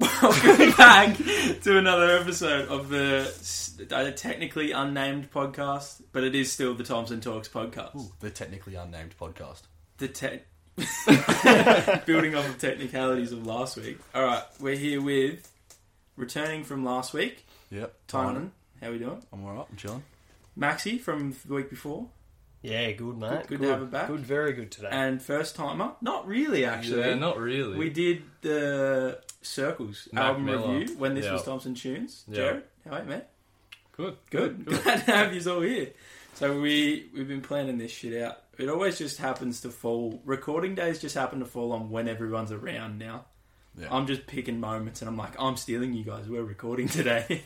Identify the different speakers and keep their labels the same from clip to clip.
Speaker 1: Welcome back to another episode of the s- uh, technically unnamed podcast, but it is still the Thompson Talks podcast.
Speaker 2: Ooh, the technically unnamed podcast.
Speaker 1: The te- building off of technicalities of last week. All right, we're here with returning from last week.
Speaker 2: Yep.
Speaker 1: Tynan, how we doing?
Speaker 2: I'm alright. I'm chilling.
Speaker 1: Maxi from the week before,
Speaker 3: Yeah, good mate.
Speaker 1: Good- good to have her back.
Speaker 3: Good, very good today.
Speaker 1: and first timer. Not really, actually.
Speaker 4: yeah, not really.
Speaker 1: We did the Circles
Speaker 4: Mac
Speaker 1: album
Speaker 4: Miller.
Speaker 1: review when this
Speaker 4: Yeah.
Speaker 1: was Thompson Tunes.
Speaker 4: Yeah.
Speaker 1: Jared, how are you, man?
Speaker 4: good,
Speaker 1: Good. Glad to have you all here. So we we've been planning this shit out. It always just happens to fall. Recording days just happen to fall on when everyone's around now.
Speaker 2: Yeah.
Speaker 1: I'm just picking moments, and I'm like, I'm stealing you guys. We're recording today.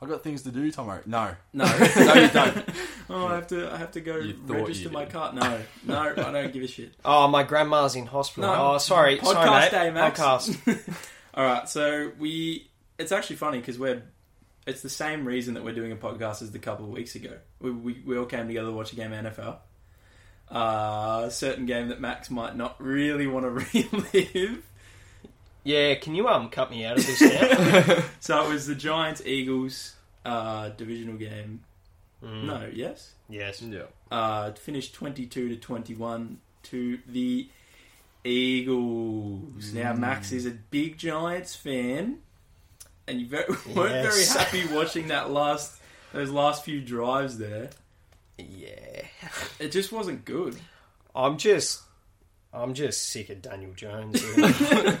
Speaker 2: I've got things to do tomorrow. No.
Speaker 1: no, no, you don't. oh, I have to. I have to go
Speaker 2: You thought
Speaker 1: register
Speaker 2: you
Speaker 1: my
Speaker 2: did.
Speaker 1: car. No, no, I don't give a shit.
Speaker 3: oh, my grandma's in hospital.
Speaker 1: No.
Speaker 3: oh, sorry,
Speaker 1: Podcast
Speaker 3: sorry, mate.
Speaker 1: day, Max.
Speaker 3: Podcast.
Speaker 1: All right, so we. It's actually funny because we're. It's the same reason that we're doing a podcast as the couple of weeks ago. We, we, we all came together to watch a game of NFL. Uh, a certain game that Max might not really want to relive.
Speaker 3: Yeah, can you um cut me out of this now?
Speaker 1: So it was the Giants Eagles uh, divisional game.
Speaker 3: Mm.
Speaker 1: No, yes.
Speaker 3: Yes.
Speaker 4: Yeah.
Speaker 1: Uh, it finished 22 to 21 to the Eagles. Now,
Speaker 3: Mm.
Speaker 1: Max is a big Giants fan, and you very, weren't very
Speaker 3: Yes.
Speaker 1: happy watching that last those last few drives there.
Speaker 3: Yeah.
Speaker 1: It just wasn't good.
Speaker 3: I'm just, I'm just sick of Daniel Jones. really.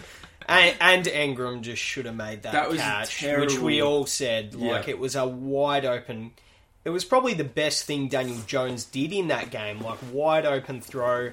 Speaker 3: and, and Ingram just should have made that,
Speaker 1: That was a
Speaker 3: catch,
Speaker 1: terrible-
Speaker 3: which we all said like
Speaker 1: Yeah.
Speaker 3: it was a wide open. It was probably the best thing Daniel Jones did in that game, like wide open throw.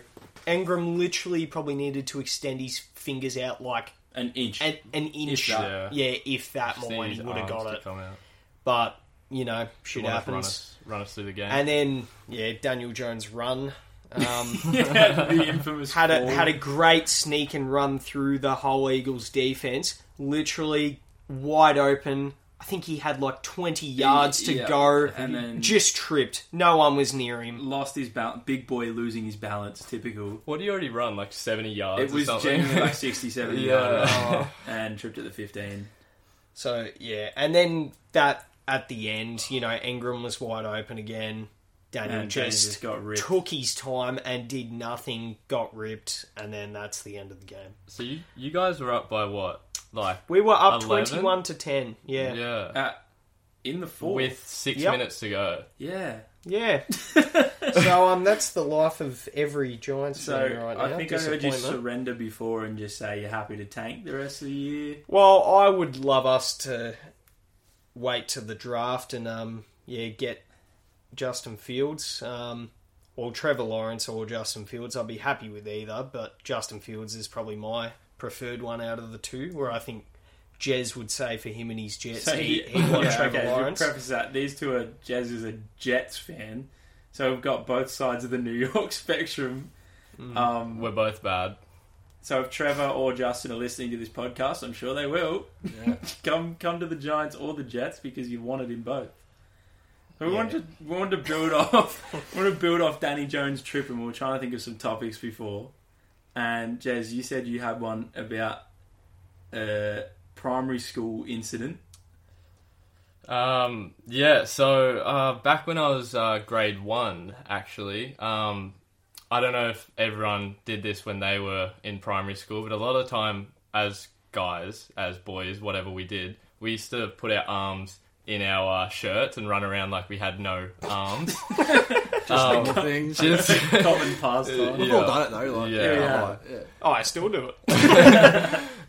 Speaker 3: Ingram literally probably needed to extend his fingers out like
Speaker 1: An inch.
Speaker 3: an, an inch.
Speaker 4: that.
Speaker 3: yeah, if that
Speaker 4: Just
Speaker 3: more, and
Speaker 4: need
Speaker 3: he
Speaker 4: his
Speaker 3: would have
Speaker 4: arms
Speaker 3: got
Speaker 4: to
Speaker 3: it.
Speaker 4: Come out.
Speaker 3: But you know,
Speaker 4: They
Speaker 3: shit
Speaker 4: wanna Run
Speaker 3: happens.
Speaker 4: us, run us through the game.
Speaker 3: And then yeah, Daniel Jones run. Um,
Speaker 1: yeah, the infamous
Speaker 3: had a
Speaker 1: ball.
Speaker 3: had a great sneak and run through the whole Eagles defense, literally wide open. I think he had like twenty yards to
Speaker 1: Yeah,
Speaker 3: go,
Speaker 1: and then-
Speaker 3: just tripped. No one was near him.
Speaker 1: lost his balance. Big boy losing his balance. Typical.
Speaker 4: what do you already run? Like seventy yards.
Speaker 1: It
Speaker 4: or
Speaker 1: was
Speaker 4: something?
Speaker 1: genuinely like 67
Speaker 4: Yeah.
Speaker 1: yard run and tripped at the 15.
Speaker 3: Oh, So yeah, and then that at the end, you know, Ingram was wide open again. Daniel
Speaker 1: And Jones
Speaker 3: just
Speaker 1: just got ripped.
Speaker 3: took his time and did nothing, got ripped, and then that's the end of the game.
Speaker 4: so you, you guys were up by what? Like
Speaker 3: We were up
Speaker 4: 11?
Speaker 3: twenty-one to ten. Yeah, yeah.
Speaker 4: yeah,
Speaker 1: Uh, in the fourth.
Speaker 4: with six
Speaker 3: Yep.
Speaker 4: minutes to go.
Speaker 1: yeah.
Speaker 3: so um, that's the life of every Giants
Speaker 1: So
Speaker 3: fan right now.
Speaker 1: I think I heard you
Speaker 3: Disappointment.
Speaker 1: surrender before and just say you're happy to tank the rest of the year.
Speaker 3: Well, I would love us to wait to the draft and um, yeah, get Justin Fields um, or Trevor Lawrence or Justin Fields. I'd be happy with either, but Justin Fields is probably my preferred one out of the two. Where I think Jez would say for him and his Jets, he, he won
Speaker 1: Yeah,
Speaker 3: Trevor
Speaker 1: okay,
Speaker 3: Lawrence.
Speaker 1: To preface that, these two are Jez is a Jets fan, so we've got both sides of the New York spectrum. Um,
Speaker 3: Hmm.
Speaker 4: We're both bad.
Speaker 1: so if Trevor or Justin are listening to this podcast, I'm sure they will.
Speaker 2: Yeah.
Speaker 1: come come to the Giants or the Jets because you wanted him both. So we
Speaker 3: Yeah.
Speaker 1: wanted to we wanted to build off we wanted to build off Danny Jones' trip, and we were trying to think of some topics before. And Jez, you said you had one about a primary school incident.
Speaker 4: Um, yeah, so uh, back when I was uh, grade one, actually, um, I don't know if everyone did this when they were in primary school, but a lot of the time, as guys, as boys, whatever we did, we used to put our arms in our uh, shirts and run around like we had no arms.
Speaker 2: Just
Speaker 4: Um,
Speaker 2: normal things.
Speaker 4: Just
Speaker 1: Common pastime.
Speaker 2: We've
Speaker 4: yeah.
Speaker 2: all done it though. Like,
Speaker 4: Yeah.
Speaker 2: come on, yeah.
Speaker 3: oh, I still do it.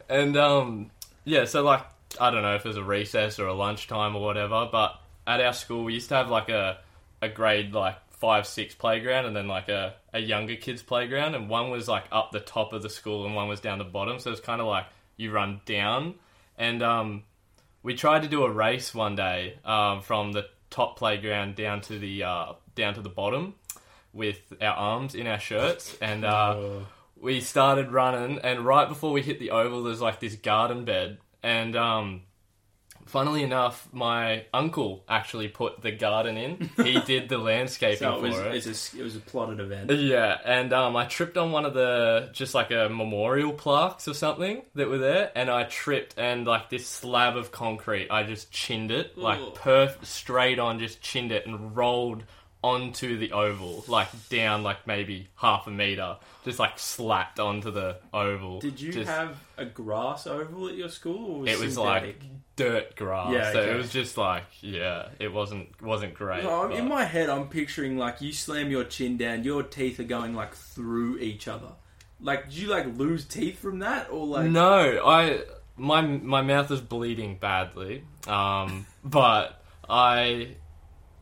Speaker 4: And um, yeah, so like I don't know if it was a recess or a lunchtime or whatever, but at our school we used to have like a a grade like five six playground and then like a a younger kids playground, and one was like up the top of the school and one was down the bottom, so it's kind of like you run down and um. We tried to do a race one day um, from the top playground down to the uh, down to the bottom with our arms in our shirts, and uh, we started running. And right before we hit the oval, there's like this garden bed, and um, Funnily enough, my uncle actually put the garden in. He did the landscaping
Speaker 1: So it was
Speaker 4: for it.
Speaker 1: it's a, it was a plotted event.
Speaker 4: Yeah, and um, I tripped on one of the just like a memorial plaques or something that were there, and I tripped and like this slab of concrete, I just chinned it like
Speaker 1: Ooh.
Speaker 4: perf straight on, just chinned it and rolled onto the oval, like down like maybe half a meter, just like slapped onto the oval.
Speaker 1: Did you
Speaker 4: Just-
Speaker 1: have a grass oval at your school? Or was
Speaker 4: It was
Speaker 1: synthetic?
Speaker 4: like dirt grass,
Speaker 1: Yeah,
Speaker 4: so
Speaker 1: okay.
Speaker 4: it was just like yeah, it wasn't wasn't great.
Speaker 1: No, Oh, I'm-
Speaker 4: but-
Speaker 1: in my head, I'm picturing like you slam your chin down, your teeth are going like through each other. Like, did you like lose teeth from that, or like?
Speaker 4: no, I my my mouth is bleeding badly. Um, but I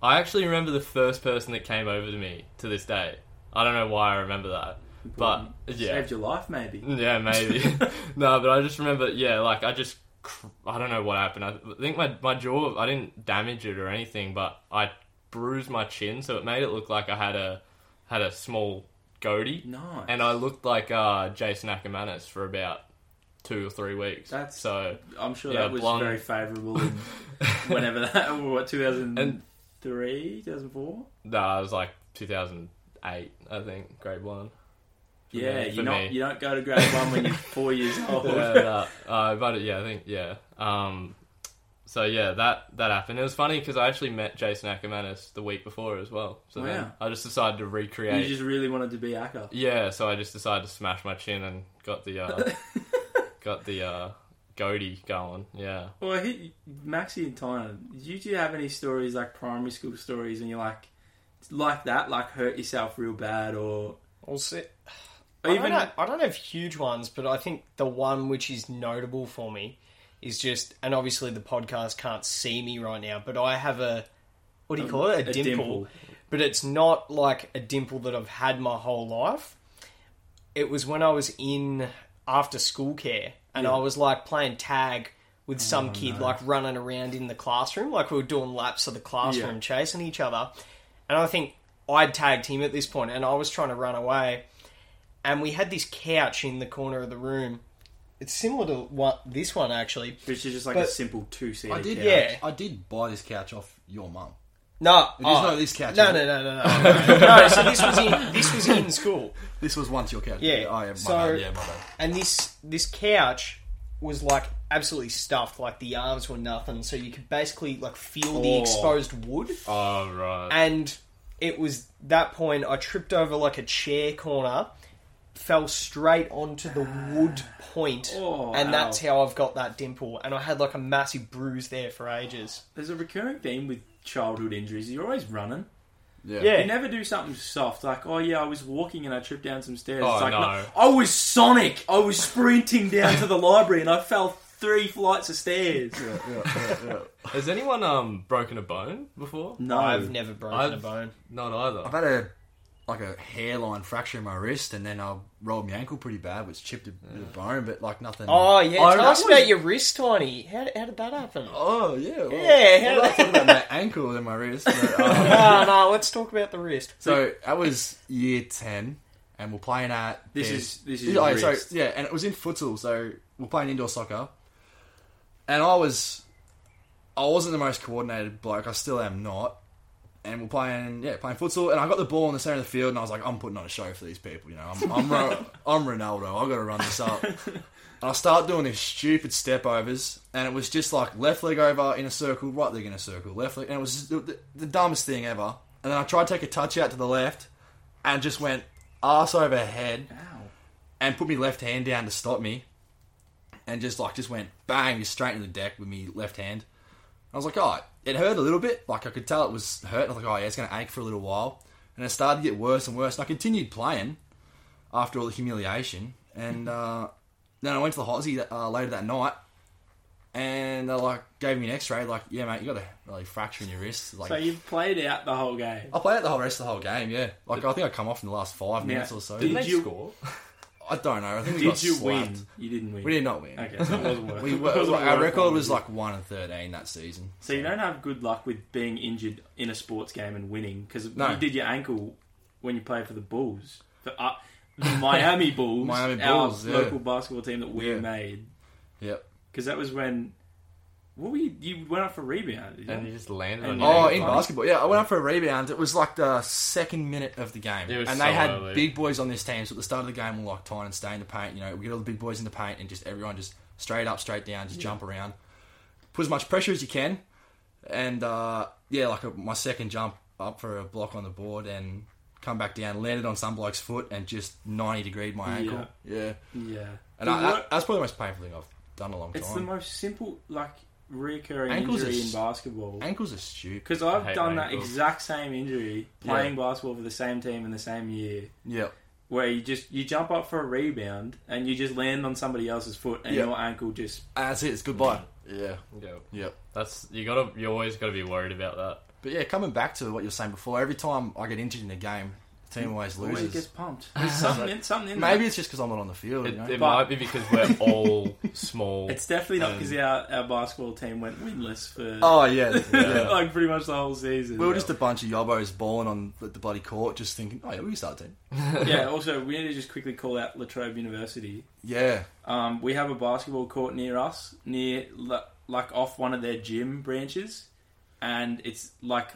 Speaker 4: I actually remember the first person that came over to me to this day. I don't know why I remember that, but yeah,
Speaker 1: saved your life maybe.
Speaker 4: yeah, maybe. no, but I just remember, yeah, like I just, cr- I don't know what happened. I think my my jaw, I didn't damage it or anything, but I bruised my chin, so it made it look like I had a had a small goatee.
Speaker 1: Nice.
Speaker 4: And I looked like uh, Jason Ackermanis for about two or three weeks.
Speaker 1: That's-
Speaker 4: so.
Speaker 1: I'm sure
Speaker 4: Yeah,
Speaker 1: that was
Speaker 4: blonde.
Speaker 1: very favourable. in Whenever that, what 2003, 2004?
Speaker 4: No, I was like 2008, I think, grade one. For me-
Speaker 1: Yeah,
Speaker 4: for
Speaker 1: you not
Speaker 4: me.
Speaker 1: you don't go to grade one when you're four years old.
Speaker 4: yeah, that, uh, but yeah, I think yeah. Um, so yeah, that that happened. It was funny because I actually met Jason Ackermanis the week before as well. So
Speaker 1: Wow.
Speaker 4: then I just decided to
Speaker 1: Oh, You
Speaker 4: recreate.
Speaker 1: just really wanted to be Acker.
Speaker 4: Yeah, so I just decided to smash my chin and got the uh, got the uh, goatee going. Yeah.
Speaker 1: Well, he, Maxie and Tyner, did you two have any stories like primary school stories, and you're like, like that, like hurt yourself real bad, or
Speaker 3: I'll say-
Speaker 1: or
Speaker 3: I, don't know, I don't have huge ones, but I think the one which is notable for me is just, and obviously the podcast can't see me right now, but I have a, what do you call it? A,
Speaker 1: a
Speaker 3: dimple.
Speaker 1: dimple.
Speaker 3: But it's not like a dimple that I've had my whole life. It was when I was in after school care and I was like playing tag with some
Speaker 2: Oh,
Speaker 3: kid, like running around in the classroom, like we were doing laps of the classroom,
Speaker 1: Yeah.
Speaker 3: chasing each other. And I think I'd tagged him at this point and I was trying to run away and we had this couch in the corner of the room. It's similar to what this one actually.
Speaker 1: which is just like a
Speaker 3: But-
Speaker 1: simple two seater.
Speaker 2: I did,
Speaker 1: couch.
Speaker 3: yeah.
Speaker 2: I did buy this couch off your mum.
Speaker 3: No, oh.
Speaker 2: It is not this couch,
Speaker 3: No,
Speaker 2: is
Speaker 3: no,
Speaker 2: it?
Speaker 3: no, no, no, no. no so this was in this was in school,
Speaker 2: This was once your couch.
Speaker 3: Yeah,
Speaker 2: I am.
Speaker 3: so-
Speaker 2: my bad. Yeah, my bad.
Speaker 3: and this this couch was like absolutely stuffed. Like the arms were nothing, so you could basically like feel the
Speaker 1: Oh.
Speaker 3: exposed wood.
Speaker 4: Oh right.
Speaker 3: And it was that point I tripped over like a chair corner, fell straight onto the wood point,
Speaker 1: Oh,
Speaker 3: and
Speaker 1: ow.
Speaker 3: that's how I've got that dimple. And I had like a massive bruise there for ages.
Speaker 1: There's a recurring theme with childhood injuries. You're always running.
Speaker 3: Yeah.
Speaker 1: You never do something soft like, oh yeah, I was walking and I tripped down some stairs.
Speaker 4: Oh,
Speaker 1: it's like,
Speaker 4: no.
Speaker 1: I was Sonic. I was sprinting down to the library and I fell three flights of stairs.
Speaker 2: Yeah, yeah, yeah, yeah.
Speaker 4: Has anyone um broken a bone before?
Speaker 1: No,
Speaker 3: I've never broken a
Speaker 4: I've-
Speaker 3: bone.
Speaker 4: Not either.
Speaker 2: I've had a like a hairline fracture in my wrist, and then I rolled my ankle pretty bad, which chipped a bit of bone, but like nothing.
Speaker 3: Oh yeah,
Speaker 4: Oh,
Speaker 3: tell
Speaker 4: that
Speaker 3: us
Speaker 4: was-
Speaker 3: about your wrist, Tiny. How, how did that happen? Oh
Speaker 2: Oh, yeah, well,
Speaker 3: Yeah,
Speaker 2: well, I thought about my ankle and my wrist. But, um,
Speaker 3: no, no, let's talk about the wrist.
Speaker 2: So that was year ten, and we're playing at
Speaker 1: This
Speaker 2: there's-
Speaker 1: is- this is
Speaker 2: yeah,
Speaker 1: your
Speaker 2: so-
Speaker 1: wrist.
Speaker 2: yeah, and it was in futsal, so we're playing indoor soccer, and I was I wasn't the most coordinated bloke, I still am not, and we're playing yeah playing futsal, and I got the ball in the center of the field, and I was like I'm putting on a show for these people, you know, I'm I'm, Ro- I'm Ronaldo, I've got to run this up. And I start doing these stupid step overs, and it was just like left leg over in a circle, right leg in a circle, left leg, and it was just the, the, the dumbest thing ever. And then I tried to take a touch out to the left, and just went ass over head,
Speaker 1: Ow.
Speaker 2: and put my left hand down to stop me, and just like just went bang, just straight into the deck with me left hand. I was like, oh, it hurt a little bit. Like I could tell it was hurt. I was like, oh yeah, it's going to ache for a little while, and it started to get worse and worse. And I continued playing after all the humiliation, and uh, then I went to the Hossie uh, later that night, and they like gave me an X-ray. Like, yeah, mate, you got a really fracture in your wrist. Like,
Speaker 1: So you've played out the whole game.
Speaker 2: I played it the whole rest of the whole game. Yeah, like I think I come off in the last five minutes or so.
Speaker 1: Did
Speaker 4: Did they
Speaker 1: you-
Speaker 4: score?
Speaker 2: I don't know. I think we
Speaker 1: Did
Speaker 2: got
Speaker 1: you
Speaker 2: slapped.
Speaker 1: win? You didn't win.
Speaker 2: We did not win.
Speaker 1: Okay, so it wasn't worth
Speaker 2: We
Speaker 1: it
Speaker 2: were,
Speaker 1: wasn't
Speaker 2: our
Speaker 1: worth
Speaker 2: record
Speaker 1: one.
Speaker 2: was like one and thirteen that season.
Speaker 1: So you don't have good luck with being injured in a sports game and winning because
Speaker 2: No.
Speaker 1: you did your ankle when you played for the Bulls, the, uh, the Miami Bulls,
Speaker 2: Miami
Speaker 1: our
Speaker 2: Bulls, yeah.
Speaker 1: local basketball team that we
Speaker 2: Yeah.
Speaker 1: made.
Speaker 2: Yep.
Speaker 1: Because that was when What were you? You went up for rebound. did you?
Speaker 4: and you just landed
Speaker 1: And you-
Speaker 4: on your
Speaker 2: Oh,
Speaker 4: ankle.
Speaker 2: in basketball, yeah, I went up for a rebound. It was like the second minute of the game,
Speaker 4: It
Speaker 2: and
Speaker 4: was
Speaker 2: they
Speaker 4: so
Speaker 2: had
Speaker 4: early.
Speaker 2: big boys on this team. So at the start of the game, we're like tying and staying in the paint. You know, we get all the big boys in the paint, and just everyone just straight up, straight down, just jump around, put as much pressure as you can, and uh, yeah, like a, my second jump up for a block on the board and come back down, landed on some bloke's foot, and just ninety degreed my ankle. Yeah,
Speaker 1: yeah,
Speaker 2: and
Speaker 1: The
Speaker 2: I,
Speaker 1: wor-
Speaker 2: that, that's probably the most painful thing I've done in a long
Speaker 1: it's the
Speaker 2: time.
Speaker 1: most simple like recurring
Speaker 2: Ankles
Speaker 1: injury
Speaker 2: are
Speaker 1: in
Speaker 2: s-
Speaker 1: basketball.
Speaker 2: Ankles are stupid.
Speaker 1: Because
Speaker 4: I
Speaker 1: I've
Speaker 4: hate
Speaker 1: done
Speaker 4: my
Speaker 1: that
Speaker 4: ankles.
Speaker 1: exact same injury playing basketball for the same team in the same year,
Speaker 2: Yeah,
Speaker 1: where you just you jump up for a rebound and you just land on somebody else's foot and
Speaker 2: Yeah.
Speaker 1: your ankle just
Speaker 2: that's it. It's goodbye. Yeah,
Speaker 4: Yeah.
Speaker 2: yeah.
Speaker 4: That's you gotta. You always gotta be worried about that.
Speaker 2: But yeah, coming back to what you were saying before, every time I get injured in a game, the team always loses.
Speaker 1: always gets pumped. There's something in, something in
Speaker 2: Maybe
Speaker 1: that.
Speaker 2: it's just because I'm not on the field.
Speaker 4: It,
Speaker 2: you know?
Speaker 1: But-
Speaker 4: it might be because we're all small.
Speaker 1: It's definitely not
Speaker 4: Um,
Speaker 1: because our, our basketball team went winless for
Speaker 2: oh yeah, yeah.
Speaker 1: like pretty much the whole season.
Speaker 2: we were just a bunch of yobos balling on the, the bloody court, just thinking, oh yeah, we can start a team.
Speaker 1: yeah. Also, we need to just quickly call out Latrobe University.
Speaker 2: Yeah,
Speaker 1: Um, we have a basketball court near us, near li- like off one of their gym branches, and it's like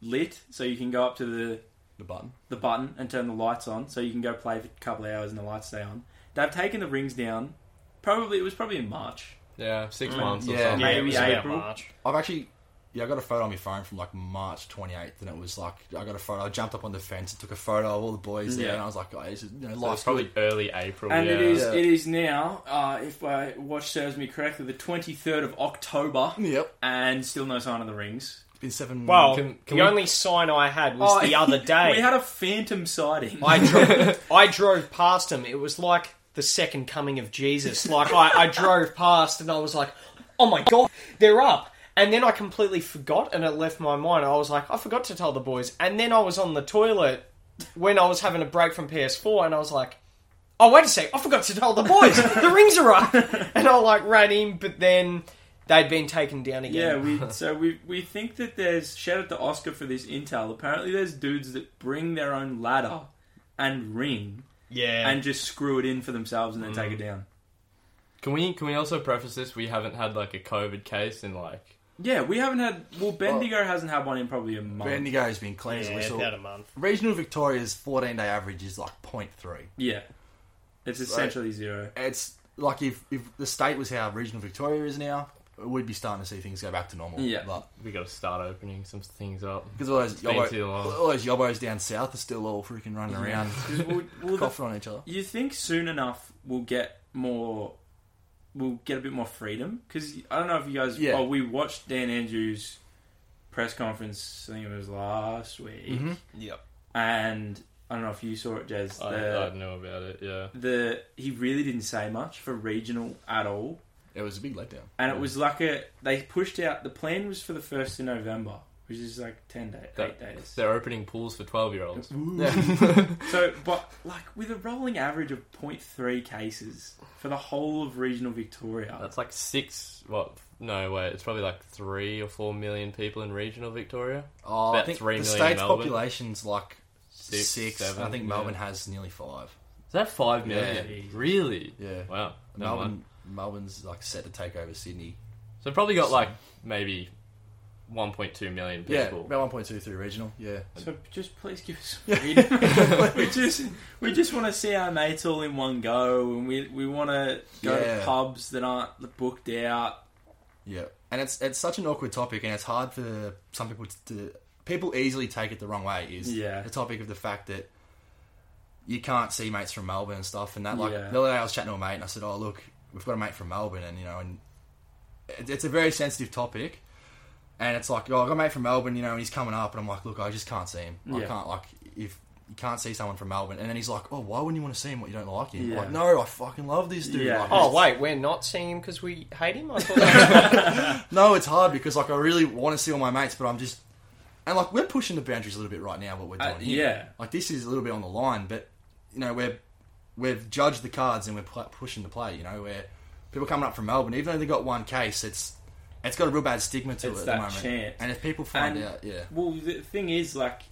Speaker 1: lit, so you can go up to the
Speaker 2: the button.
Speaker 1: the button and turn the lights on, so you can go play for a couple of hours and the lights stay on. They've taken the rings down. Probably it was probably in March.
Speaker 4: yeah, six
Speaker 1: Mm.
Speaker 4: months or
Speaker 2: Yeah.
Speaker 4: something.
Speaker 3: Yeah, it
Speaker 1: Maybe
Speaker 3: was about
Speaker 1: April.
Speaker 3: March.
Speaker 2: I've actually, yeah, I got a photo on my phone from like March 28th, and it was like I got a photo. I jumped up on the fence and took a photo of all the boys there,
Speaker 1: Yeah.
Speaker 2: and I was like, oh, this is you know,
Speaker 4: So it's
Speaker 2: life's
Speaker 4: probably
Speaker 2: good.
Speaker 4: early April.
Speaker 1: And
Speaker 4: yeah.
Speaker 1: it is uh,
Speaker 2: Yeah.
Speaker 1: it is now, uh, if my watch serves me correctly, the twenty third of October,
Speaker 2: Yep,
Speaker 1: and still no sign of the rings.
Speaker 2: it's been seven.
Speaker 3: Well,
Speaker 4: Can- can
Speaker 3: the
Speaker 4: we-
Speaker 3: only sign I had was the other day.
Speaker 1: Oh, we had a phantom sighting.
Speaker 3: I drove, I drove past him. It was like the second coming of Jesus. Like I, I drove past and I was like, "Oh my god, they're up!" And then I completely forgot, and it left my mind. I was like, "I forgot to tell the boys." And then I was on the toilet when I was having a break from PS4, and I was like, "Oh wait a sec, I forgot to tell the boys the rings are up." And I like ran in, but then they'd been taken down
Speaker 1: Yeah,
Speaker 3: again.
Speaker 1: we so we we think that there's shout out to Oscar for this intel. Apparently, there's dudes that bring their own ladder and ring
Speaker 3: Yeah,
Speaker 1: and just screw it in for themselves and then take it down.
Speaker 4: Can we? Can we also preface this? We haven't had like a COVID case in like.
Speaker 1: Yeah, we haven't had. Well, Bendigo hasn't had one in probably a month.
Speaker 2: Bendigo's been clean as a
Speaker 3: yeah,
Speaker 2: whistle.
Speaker 3: about a month.
Speaker 2: Regional Victoria's 14 day average is like 0.3.
Speaker 1: yeah, it's essentially zero.
Speaker 2: it's like if, if the state was how regional Victoria is now, we'd be starting to see things go back to normal.
Speaker 1: Yeah.
Speaker 2: But
Speaker 4: We got to start opening some things up.
Speaker 2: because all those
Speaker 4: been
Speaker 2: yobos,
Speaker 4: too long.
Speaker 2: all those yobos down south are still all freaking running around,
Speaker 1: 'Cause we'll- we'll-
Speaker 2: coughing on each other.
Speaker 1: you think soon enough we'll get more? We'll get a bit more freedom because I don't know if you guys.
Speaker 2: Yeah.
Speaker 1: Well, we watched Dan Andrews' press conference. I think it was last week.
Speaker 2: Mhm.
Speaker 3: Yep.
Speaker 1: and I don't know if you saw it, Jez.
Speaker 4: I,
Speaker 1: the,
Speaker 4: I know about it. Yeah.
Speaker 1: the he really didn't say much for regional at all,
Speaker 2: It was a big letdown.
Speaker 1: and it was like a they pushed out. The plan was for the first of November, which is like ten days, eight
Speaker 4: That-
Speaker 1: days.
Speaker 4: They're opening pools for twelve-year-olds.
Speaker 1: So, but like with a rolling average of 0.3 cases for the whole of regional Victoria,
Speaker 4: That's like six. What? No, wait. It's probably like three or four million people in regional Victoria.
Speaker 2: Oh, I
Speaker 4: About
Speaker 2: think
Speaker 4: three
Speaker 2: the
Speaker 4: million
Speaker 2: state's
Speaker 4: Melbourne.
Speaker 2: population's like six.
Speaker 4: Six,
Speaker 2: and I
Speaker 4: seven,
Speaker 2: think
Speaker 4: yeah.
Speaker 2: Melbourne has nearly five.
Speaker 4: Is that five million?
Speaker 1: Yeah.
Speaker 4: Really?
Speaker 2: Yeah.
Speaker 4: Wow. Never mind.
Speaker 2: Melbourne, Melbourne's like set to take over Sydney.
Speaker 4: So probably got like maybe 1.2 million
Speaker 2: Yeah,
Speaker 4: people.
Speaker 2: about one point two three regional. Yeah,
Speaker 1: so just please give us freedom. we just we just want to see our mates all in one go, and we we want to go to
Speaker 2: Yeah.
Speaker 1: pubs that aren't booked out.
Speaker 2: yeah. And it's it's such an awkward topic, and it's hard for some people to, to people easily take it the wrong way. Is
Speaker 1: Yeah,
Speaker 2: the topic of the fact that you can't see mates from Melbourne and stuff. And that, like,
Speaker 1: Yeah.
Speaker 2: the other day I was chatting to a mate and I said, "Oh, look, we've got a mate from Melbourne," and you know, and it- it's a very sensitive topic. And it's like, oh, I got a mate from Melbourne, you know, and he's coming up, and I'm like, look, I just can't see him. I
Speaker 1: Yeah.
Speaker 2: can't like if you can't see someone from Melbourne, and then he's like, oh, why wouldn't you want to see him? What you don't like him? I'm
Speaker 1: Yeah.
Speaker 2: Like, no, I fucking love this dude.
Speaker 1: Yeah.
Speaker 2: Like,
Speaker 3: Oh
Speaker 2: it's-
Speaker 3: wait, we're not seeing him because we hate him. I thought that
Speaker 2: no, it's hard because like I really want to see all my mates, but I'm just and like we're pushing the boundaries a little bit right now. What we're doing
Speaker 1: Uh,
Speaker 2: here,
Speaker 1: yeah.
Speaker 2: like this is a little bit on the line, but you know we're we've judged the cards and we're pl- pushing the play. You know where people coming up from Melbourne, even though they got one case, it's it's got a real bad stigma to
Speaker 1: It's
Speaker 2: it at
Speaker 1: that
Speaker 2: the moment.
Speaker 1: chance.
Speaker 2: And if people find
Speaker 1: And-
Speaker 2: out, yeah,
Speaker 1: Well, the thing is, like,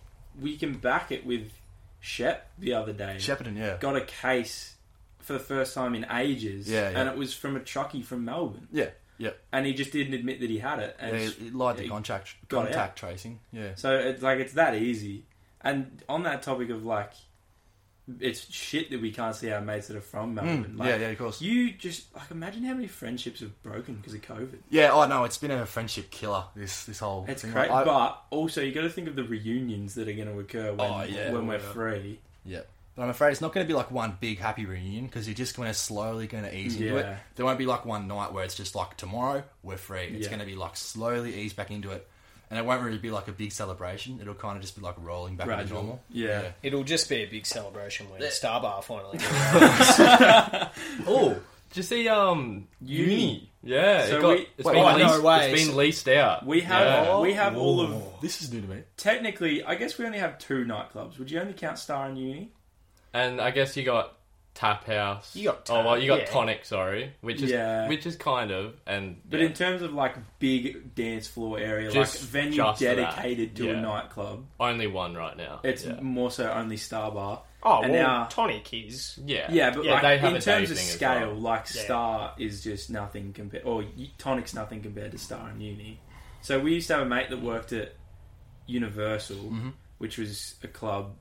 Speaker 1: we can back it with Shep the other day.
Speaker 2: Shepparton, yeah,
Speaker 1: got a case for the first time in ages,
Speaker 2: Yeah, yeah.
Speaker 1: and it was from a truckie from Melbourne.
Speaker 2: yeah, Yep.
Speaker 1: and he just didn't admit that he had it.
Speaker 2: Yeah,
Speaker 1: And
Speaker 2: it, it lied to
Speaker 1: yeah,
Speaker 2: contact
Speaker 1: got it
Speaker 2: contact tracing. Yeah.
Speaker 1: So it's like it's that easy. And on that topic of like, it's shit that we can't see our mates that are from Melbourne.
Speaker 2: Mm,
Speaker 1: Like,
Speaker 2: yeah, yeah, of course.
Speaker 1: You just like imagine how many friendships have broken because of COVID.
Speaker 2: Yeah, oh no, it's been a friendship killer. This this whole
Speaker 1: It's
Speaker 2: thing.
Speaker 1: great,
Speaker 2: I-
Speaker 1: but also you got to think of the reunions that are going to occur when
Speaker 2: Oh, yeah.
Speaker 1: when we're
Speaker 2: Yeah.
Speaker 1: free.
Speaker 2: Yeah. But I'm afraid it's not going to be like one big happy reunion because you're just going to slowly going to ease into
Speaker 1: Yeah.
Speaker 2: it. There won't be like one night where it's just like tomorrow we're free. It's
Speaker 1: Yeah.
Speaker 2: going to be like slowly ease back into it, and it won't really be like a big celebration. It'll kind of just be like rolling back into
Speaker 1: Gradual.
Speaker 2: normal.
Speaker 1: Yeah.
Speaker 3: It'll just be a big celebration when
Speaker 2: Yeah.
Speaker 3: Starbar finally.
Speaker 4: Oh, did you see um
Speaker 1: Uni?
Speaker 4: uni? Yeah,
Speaker 1: So
Speaker 4: it got,
Speaker 1: we-
Speaker 4: it's
Speaker 2: Wait,
Speaker 4: been
Speaker 2: what?
Speaker 4: leased,
Speaker 3: No way.
Speaker 4: it's been leased out.
Speaker 1: We have
Speaker 4: Yeah.
Speaker 1: we have all of
Speaker 2: This is new to me.
Speaker 1: technically. I guess we only have two nightclubs. Would you only count Star and Uni?
Speaker 4: and I guess you got Tap House.
Speaker 3: You got
Speaker 4: oh well,
Speaker 3: Tap,
Speaker 4: you got
Speaker 3: yeah.
Speaker 4: Tonic, sorry, which is
Speaker 1: Yeah.
Speaker 4: which is kind of and
Speaker 1: But
Speaker 4: yeah.
Speaker 1: in terms of like big dance floor area,
Speaker 4: Just-
Speaker 1: like venue
Speaker 4: just that.
Speaker 1: dedicated to a
Speaker 4: Yeah.
Speaker 1: nightclub,
Speaker 4: only one right now.
Speaker 1: it's
Speaker 4: yeah,
Speaker 1: more so only Star Bar.
Speaker 3: Oh,
Speaker 1: And
Speaker 3: well,
Speaker 1: now-
Speaker 3: Tonic is.
Speaker 4: yeah,
Speaker 1: Yeah, but
Speaker 4: yeah,
Speaker 1: like
Speaker 4: they have
Speaker 1: in
Speaker 4: a
Speaker 1: terms
Speaker 4: day
Speaker 1: of
Speaker 4: thing as
Speaker 1: scale,
Speaker 4: well.
Speaker 1: like
Speaker 3: Yeah.
Speaker 1: Star is just nothing compared, or U- Tonic's nothing compared to Star and Uni. So we used to have a mate that worked at Universal,
Speaker 2: Mm-hmm.
Speaker 1: which was a club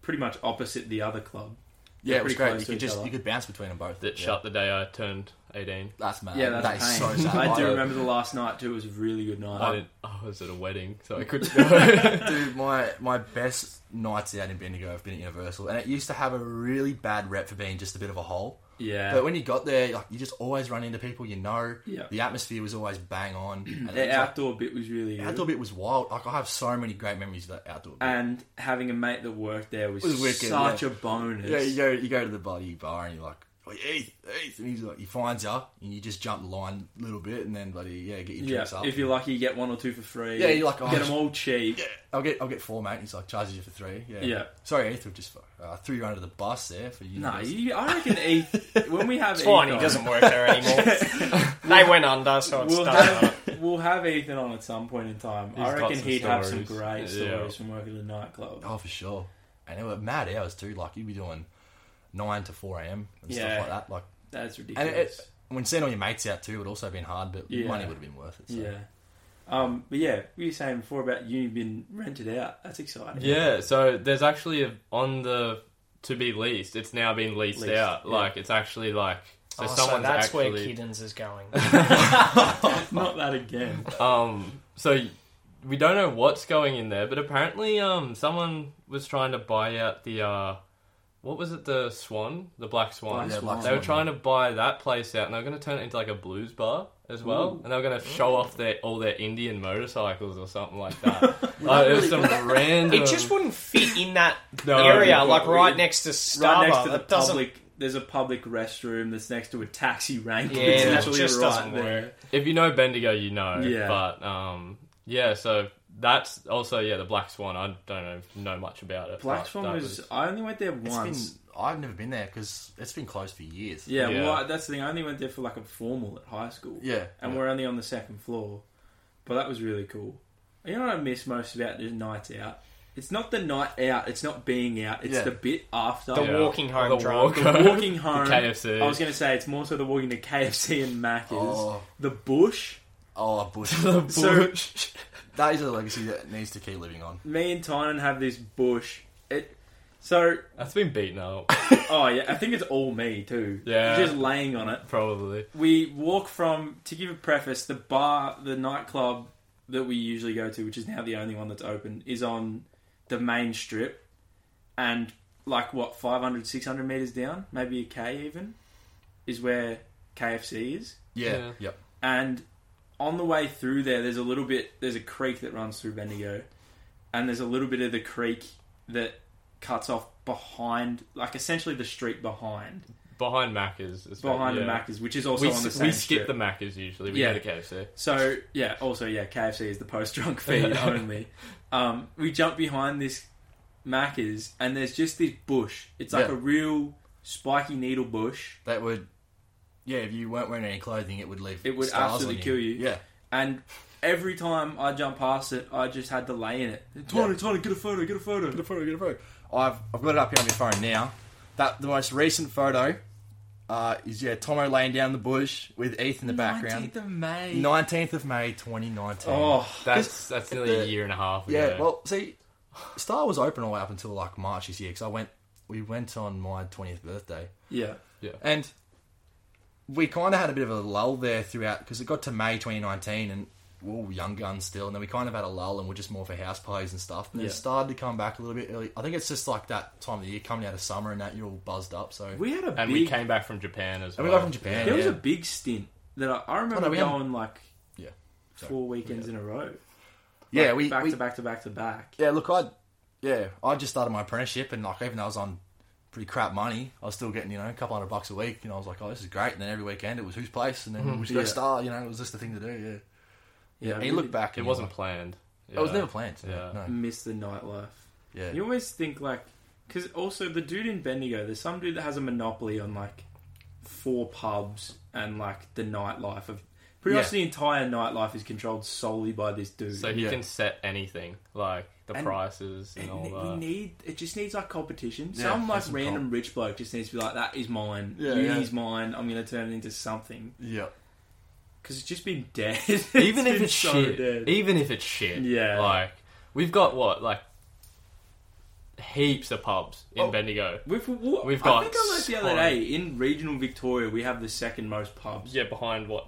Speaker 1: pretty much opposite the other club.
Speaker 2: Yeah,
Speaker 1: They're
Speaker 2: it was
Speaker 1: pretty
Speaker 2: great.
Speaker 1: close to
Speaker 2: You could
Speaker 1: each
Speaker 2: just
Speaker 1: other.
Speaker 2: you could bounce between them both.
Speaker 4: that
Speaker 2: Yeah.
Speaker 4: shut the day I turned eighteen.
Speaker 2: That's mad.
Speaker 1: Yeah, that's
Speaker 2: that is
Speaker 1: a pain.
Speaker 2: so sad.
Speaker 1: I do
Speaker 2: My-
Speaker 1: remember the last night too. It was a really good night.
Speaker 4: I didn't. I was at a wedding, so I couldn't go.
Speaker 2: Dude, my my best nights out in Bendigo have been at Universal, and it used to have a really bad rep for being just a bit of a hole.
Speaker 1: yeah,
Speaker 2: But when you got there, like, you just always run into people you know.
Speaker 1: Yeah.
Speaker 2: The atmosphere was always bang on. And it
Speaker 1: the
Speaker 2: was like,
Speaker 1: outdoor bit was really
Speaker 2: the
Speaker 1: good.
Speaker 2: outdoor bit was wild. Like I have so many great memories of that outdoor bit.
Speaker 1: and having a mate that worked there was,
Speaker 2: It was wicked,
Speaker 1: such
Speaker 2: yeah.
Speaker 1: a bonus.
Speaker 2: yeah, you go you go to the bloody bar and you're like, oh, Heath, Heath," and he's like, he finds you and you just jump the line a little bit and then bloody yeah, get your
Speaker 1: Yeah,
Speaker 2: drinks up.
Speaker 1: if you're lucky, you get one or two for free.
Speaker 2: Yeah, you're like, oh,
Speaker 1: get
Speaker 2: sh-
Speaker 1: them all cheap.
Speaker 2: yeah, I'll get I'll get four mate. He's like charges you for three. Yeah.
Speaker 1: Yeah.
Speaker 2: Sorry, Heath, we just uh, threw you under the bus there for you.
Speaker 1: No, you, I reckon ETH. When we have
Speaker 3: It's
Speaker 1: ETH,
Speaker 3: fine, he
Speaker 1: on,
Speaker 3: doesn't work there anymore. they went under, so it's
Speaker 1: We'll
Speaker 3: done.
Speaker 1: have, we'll have Ethan on at some point in time.
Speaker 4: He's
Speaker 1: I
Speaker 4: got
Speaker 1: reckon
Speaker 4: some
Speaker 1: he'd have some
Speaker 4: stories.
Speaker 1: great
Speaker 4: Yeah.
Speaker 1: stories from working at a nightclub.
Speaker 2: Oh, for sure. And it were mad hours too. Like you'd be doing nine to four a.m. and
Speaker 1: Yeah.
Speaker 2: stuff like that. Like
Speaker 1: That's
Speaker 2: And
Speaker 1: ridiculous.
Speaker 2: it, it, when seeing all your mates out too would also have been hard, but
Speaker 1: Yeah.
Speaker 2: money would have been worth it. So.
Speaker 1: yeah. Um, but yeah, we were saying before about uni being rented out. That's exciting.
Speaker 4: yeah, so there's actually a, on the to be leased. It's now been leased,
Speaker 1: Leased,
Speaker 4: out.
Speaker 1: yeah.
Speaker 4: Like it's actually like so
Speaker 3: Oh, so
Speaker 4: someone's
Speaker 3: that's
Speaker 4: actually
Speaker 3: where Kiddens is going.
Speaker 1: Not that again.
Speaker 4: um so we don't know what's going in there but apparently um someone was trying to buy out the uh what was it the swan the black swan
Speaker 1: Black
Speaker 2: Yeah, Black
Speaker 1: Swan.
Speaker 4: they were
Speaker 2: Swan,
Speaker 4: trying to buy that place out and they were going to turn it into like a blues bar as well and they were going to show off their all their indian motorcycles or something like that like, it was some random
Speaker 3: it just wouldn't fit in that
Speaker 4: No,
Speaker 3: area,
Speaker 4: it
Speaker 3: like right
Speaker 4: wouldn't.
Speaker 3: next to Starbar.
Speaker 1: Right next to the
Speaker 3: that doesn't
Speaker 1: public. There's a public restroom that's next to a taxi rank.
Speaker 3: Yeah,
Speaker 1: it's
Speaker 3: that
Speaker 1: literally
Speaker 3: just
Speaker 1: right
Speaker 3: doesn't
Speaker 1: there.
Speaker 3: work.
Speaker 4: if you know bendigo you know
Speaker 1: Yeah.
Speaker 4: but um yeah so that's also yeah the black swan i don't know know much about it
Speaker 1: Black
Speaker 4: but
Speaker 1: Swan
Speaker 4: that
Speaker 1: was, I only went there
Speaker 2: It's
Speaker 1: once.
Speaker 2: been, I've never been there because it's been closed for years.
Speaker 1: Yeah,
Speaker 4: Yeah.
Speaker 1: well, I- that's the thing. I only went there for like a formal at high school.
Speaker 2: Yeah.
Speaker 1: And
Speaker 2: Yeah.
Speaker 1: we're only on the second floor. But that was really cool. You know what I miss most about the nights out? It's not the night out, it's not being out, it's
Speaker 2: Yeah.
Speaker 1: the bit after.
Speaker 3: The
Speaker 4: Yeah.
Speaker 3: walking home
Speaker 4: The
Speaker 3: drunk.
Speaker 4: walk-
Speaker 1: walking home.
Speaker 4: KFC.
Speaker 1: I was going to say, it's more so the walking to KFC and Macca's.
Speaker 2: Oh.
Speaker 1: The bush.
Speaker 2: Oh, bush.
Speaker 1: So-
Speaker 2: that is a legacy that needs to keep living on.
Speaker 1: Me and Tynan have this bush. It. So,
Speaker 4: That's been beaten up,
Speaker 1: oh yeah, I think it's all me too.
Speaker 4: Yeah.
Speaker 1: Just laying on it.
Speaker 4: probably.
Speaker 1: we walk from to give a preface the bar the nightclub that we usually go to which is now the only one that's open is on the main strip and like what 500 600 meters down maybe a k even is where kfc is
Speaker 2: Yeah.
Speaker 4: Yeah.
Speaker 2: Yep.
Speaker 1: and on the way through there there's a little bit there's a creek that runs through bendigo and there's a little bit of the creek that cuts off behind like essentially the street behind
Speaker 4: Behind Macca's. is-
Speaker 1: behind
Speaker 4: yeah.
Speaker 1: the macca's which is also
Speaker 4: We,
Speaker 1: on the
Speaker 4: s-
Speaker 1: same
Speaker 4: we
Speaker 1: strip.
Speaker 4: skip the Macca's usually. We
Speaker 1: Yeah.
Speaker 4: go to KFC.
Speaker 1: So yeah, also yeah, KFC is the post drunk feed only. Um, we jump behind this Macca's and there's just this bush. It's like
Speaker 2: Yeah.
Speaker 1: a real spiky needle bush,
Speaker 2: That would. Yeah, if you weren't wearing any clothing, it would leave.
Speaker 1: It would
Speaker 2: scars
Speaker 1: absolutely
Speaker 2: on
Speaker 1: kill you.
Speaker 2: Yeah.
Speaker 1: and every time I jump past it, I just had to lay in it. Tony, Tony, get a photo, get a photo.
Speaker 2: Get a photo. Get a photo. I've I've got it up here on my phone now. That the most recent photo uh, is yeah Tomo laying down the bush with Eth in the background.
Speaker 1: 19th of May.
Speaker 2: Nineteenth of May, twenty nineteen.
Speaker 1: Oh,
Speaker 4: That's that's nearly a year and a half.
Speaker 2: yeah,
Speaker 4: ago.
Speaker 2: Well, see, Star was open all the way up until like March this year because I went. We went on my twentieth birthday,
Speaker 1: yeah.
Speaker 2: and we kind of had a bit of a lull there throughout because it got to May twenty nineteen and. we We're all young guns still, and then we kind of had a lull, and we're just more for house parties and stuff. But
Speaker 1: Yeah.
Speaker 2: it started to come back a little bit early. I think it's just like that time of the year coming out of summer, and that you're all buzzed up. So
Speaker 1: We had a
Speaker 4: and
Speaker 1: big.
Speaker 4: we came back from Japan as
Speaker 2: And
Speaker 4: well.
Speaker 2: we got from Japan.
Speaker 1: there was
Speaker 2: yeah.
Speaker 1: a big stint that I, I remember
Speaker 2: Oh, no, we
Speaker 1: going like
Speaker 2: Yeah. So,
Speaker 1: four weekends in a row.
Speaker 2: yeah,
Speaker 1: Like,
Speaker 2: we,
Speaker 1: back
Speaker 2: we
Speaker 1: to back to back to back.
Speaker 2: yeah. Look, I yeah, I just started my apprenticeship, and like even though I was on pretty crap money, I was still getting you know a couple hundred bucks a week, and I was like, oh, this is great. And then every weekend it was whose place, and then we just go
Speaker 1: Yeah.
Speaker 2: star. You know, it was just the thing to do. Yeah.
Speaker 1: Yeah,
Speaker 2: And you look back,
Speaker 4: It
Speaker 2: and
Speaker 4: wasn't
Speaker 2: It
Speaker 4: planned.
Speaker 2: It was
Speaker 4: Yeah.
Speaker 2: never planned. Yeah.
Speaker 4: Yeah.
Speaker 2: No.
Speaker 1: miss the nightlife.
Speaker 2: Yeah.
Speaker 1: You always think like, because also the dude in Bendigo, there's some dude that has a monopoly on like four pubs and like the nightlife of. Pretty much
Speaker 2: Yeah.
Speaker 1: the entire nightlife is controlled solely by this dude.
Speaker 4: So he
Speaker 2: Yeah.
Speaker 4: can set anything, like the
Speaker 1: And-
Speaker 4: prices and
Speaker 1: And
Speaker 4: all
Speaker 1: we
Speaker 4: that.
Speaker 1: need it. Just needs like competition.
Speaker 2: Yeah,
Speaker 1: some like
Speaker 2: that's some
Speaker 1: random
Speaker 2: comp.
Speaker 1: rich bloke just needs to be like, "That is mine.
Speaker 2: Yeah,
Speaker 1: Uni's mine. I'm going to turn it into something."
Speaker 2: Yeah.
Speaker 1: Because it's just been dead. It's
Speaker 4: even if
Speaker 1: been
Speaker 4: it's
Speaker 1: so
Speaker 4: shit,
Speaker 1: dead.
Speaker 4: even if it's shit,
Speaker 1: Yeah.
Speaker 4: Like we've got what like heaps of pubs in
Speaker 1: Oh.
Speaker 4: Bendigo.
Speaker 1: We've, what,
Speaker 4: We've
Speaker 1: I
Speaker 4: got
Speaker 1: think I learned the other
Speaker 4: some-
Speaker 1: day in regional Victoria we have the second most pubs.
Speaker 4: Yeah, behind what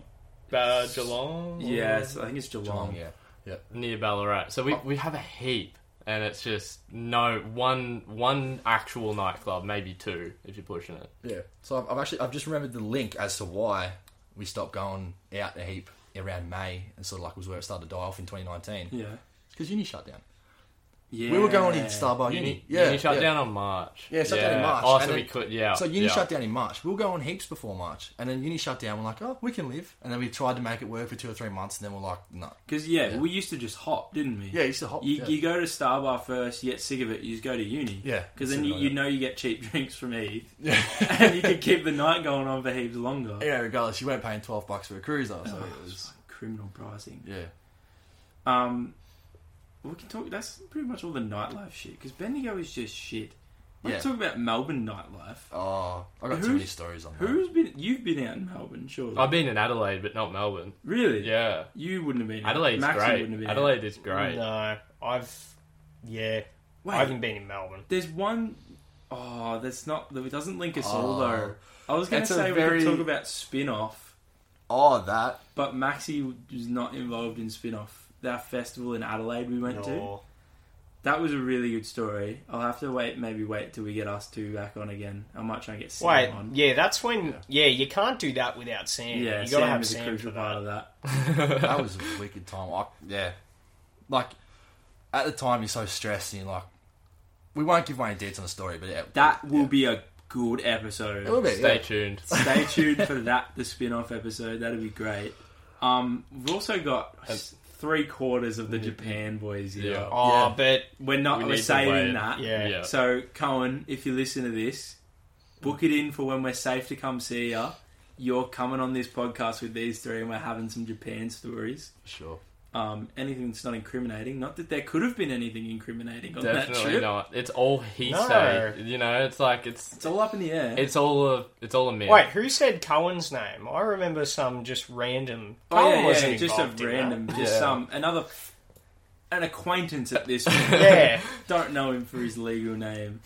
Speaker 4: uh, Geelong. or-
Speaker 1: Yes, I think it's Geelong.
Speaker 2: Geelong, yeah. Yeah. Oh.
Speaker 4: near Ballarat. So we we have a heap, and it's just no one one actual nightclub, maybe two if you're pushing it.
Speaker 2: Yeah. So I've, I've actually I've just remembered the link as to why we stopped going out a heap around May and sort of like was where it started to die off in 2019
Speaker 1: Yeah.
Speaker 2: because uni shut down.
Speaker 1: yeah,
Speaker 2: We were going in Star by Oh, uni.
Speaker 4: Uni,
Speaker 2: yeah.
Speaker 4: uni shut
Speaker 2: yeah.
Speaker 4: down on March.
Speaker 2: Yeah, it shut down in March,
Speaker 4: Oh,
Speaker 2: and
Speaker 4: so
Speaker 2: then-
Speaker 4: we could yeah.
Speaker 2: So uni
Speaker 4: yeah.
Speaker 2: shut down in March. We'll go on heaps before March, and then uni shut down. We're like, oh, we can live, and then we tried to make it work for two or three months, and then we're like, no.
Speaker 1: Because yeah,
Speaker 2: Yeah.
Speaker 1: we used to just hop, didn't we?
Speaker 2: Yeah, you used to hop.
Speaker 1: You,
Speaker 2: yeah.
Speaker 1: you go to Star Bar first, you get sick of it, you just go to uni.
Speaker 2: Yeah,
Speaker 1: Because then
Speaker 2: something
Speaker 1: you,
Speaker 2: like
Speaker 1: you
Speaker 2: that.
Speaker 1: know you get cheap drinks from Eve.
Speaker 2: Yeah.
Speaker 1: and you can keep the night going on for heaps longer.
Speaker 2: yeah, regardless, you weren't paying twelve bucks for a cruiser, so
Speaker 1: Oh,
Speaker 2: it was
Speaker 1: Criminal pricing.
Speaker 2: yeah.
Speaker 1: Um, we can talk. That's pretty much all the nightlife shit. Because Bendigo is just shit. We
Speaker 2: Yeah.
Speaker 1: can talk about Melbourne nightlife.
Speaker 2: Oh, I got
Speaker 1: Who's-
Speaker 2: too many stories on that.
Speaker 1: Who's been? You've been out in Melbourne, surely.
Speaker 4: I've been in Adelaide, but not Melbourne.
Speaker 1: really?
Speaker 4: Yeah,
Speaker 1: You wouldn't have been. out.
Speaker 4: Adelaide's
Speaker 1: Maxie Wouldn't have
Speaker 4: great.
Speaker 1: been out.
Speaker 4: Adelaide is great.
Speaker 3: No, I've yeah,
Speaker 1: Wait,
Speaker 3: I haven't been in Melbourne.
Speaker 1: there's one oh that's not. It doesn't link us all
Speaker 2: Oh.
Speaker 1: though. I was going to
Speaker 2: It's a
Speaker 1: say we
Speaker 2: very-
Speaker 1: could talk about spin-off,
Speaker 2: Oh, that
Speaker 1: but Maxie was not involved in spin-off. That festival in Adelaide we went to.
Speaker 3: No.
Speaker 1: That was a really good story. I'll have to wait, maybe wait till we get us two back on again. I might try and get Sam
Speaker 3: Wait,
Speaker 1: on.
Speaker 3: yeah, that's when yeah. you can't do that without Sam.
Speaker 1: Yeah,
Speaker 3: you
Speaker 1: Sam
Speaker 3: gotta have
Speaker 1: is a
Speaker 3: Sam
Speaker 1: crucial
Speaker 3: for
Speaker 1: part
Speaker 3: that.
Speaker 1: of that.
Speaker 2: that was a wicked time. I, yeah, like at the time you're so stressed, and you're like, we won't give away any dates on the story, but yeah,
Speaker 1: That will
Speaker 2: yeah.
Speaker 1: be a good episode.
Speaker 2: a little bit.
Speaker 4: Stay
Speaker 2: Yeah.
Speaker 4: tuned.
Speaker 1: Stay tuned for that, the spin off episode. That'll be great. Um, we've also got s- three quarters of the Japan boys here.
Speaker 4: Yeah.
Speaker 3: Oh,
Speaker 2: Yeah.
Speaker 3: but
Speaker 1: We're not
Speaker 4: We
Speaker 1: we're
Speaker 4: need to
Speaker 1: saving
Speaker 4: wait.
Speaker 1: that.
Speaker 3: Yeah.
Speaker 4: Yeah.
Speaker 1: So, Cohen, if you listen to this, book it in for when we're safe to come see ya. You're coming on this podcast with these three, and we're having some Japan stories.
Speaker 2: Sure.
Speaker 1: Um, anything that's not incriminating. Not that there could have been anything incriminating on that
Speaker 4: Definitely
Speaker 1: trip.
Speaker 4: not. It's all he
Speaker 3: No.
Speaker 4: say. You know, it's like it's
Speaker 1: It's all up in the air.
Speaker 4: it's all a it's all a myth.
Speaker 3: wait, who said Cohen's name? I remember some just random.
Speaker 1: oh
Speaker 3: Cohen
Speaker 1: yeah, yeah,
Speaker 3: wasn't
Speaker 1: just a
Speaker 3: involved in that.
Speaker 1: random, just
Speaker 4: Yeah.
Speaker 1: some another an acquaintance at this. point.
Speaker 3: Yeah,
Speaker 1: Don't know him for his legal name.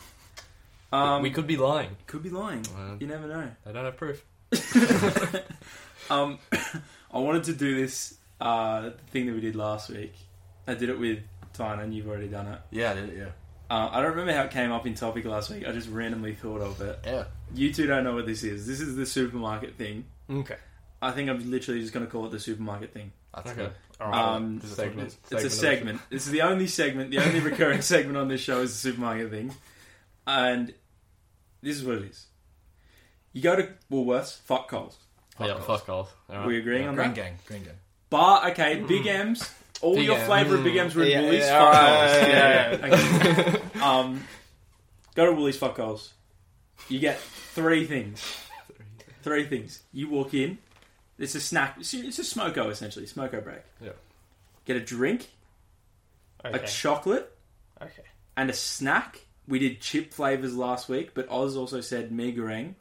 Speaker 4: We-
Speaker 1: Um,
Speaker 4: we could be lying.
Speaker 1: could be lying.
Speaker 4: Uh,
Speaker 1: You never know.
Speaker 4: I don't have proof.
Speaker 1: Um, I wanted to do this uh, thing that we did last week. I did it with Tyne, and you've already done it.
Speaker 2: Yeah, I did it, yeah,
Speaker 1: Uh, I don't remember how it came up in topic last week. I just randomly thought of it.
Speaker 2: yeah.
Speaker 1: You two don't know what this is. This is the supermarket thing.
Speaker 3: okay,
Speaker 1: I think I'm literally just going to call it the supermarket thing.
Speaker 2: That's
Speaker 4: Okay.
Speaker 2: good.
Speaker 3: all right.
Speaker 1: Um,
Speaker 2: This is
Speaker 4: Segment.
Speaker 1: It's a segment. This is the only segment, the only recurring segment on this show is the supermarket thing. And this is what it is. You go to Woolworths, fuck Coles.
Speaker 4: Yeah, fuck off. All right.
Speaker 1: We're agreeing on
Speaker 2: Green
Speaker 1: that.
Speaker 2: gang, green gang.
Speaker 1: Bar, okay, Big M's. All
Speaker 4: Mm. Big Mm.
Speaker 1: your
Speaker 4: M.
Speaker 1: flavour of Big M's were in
Speaker 3: Yeah,
Speaker 1: Woolies,
Speaker 3: yeah,
Speaker 1: fuck
Speaker 3: alright,
Speaker 1: Coles.
Speaker 3: yeah,
Speaker 1: yeah, okay. um, go to Woolies, fuck Coles. You get three things. Three things. You walk in. It's a snack. It's a it's a smoko, essentially. Smoko break.
Speaker 4: Yeah.
Speaker 1: Get a drink,
Speaker 3: okay,
Speaker 1: a chocolate,
Speaker 3: okay.
Speaker 1: and a snack. We did chip flavors last week, but Oz also said mee goreng.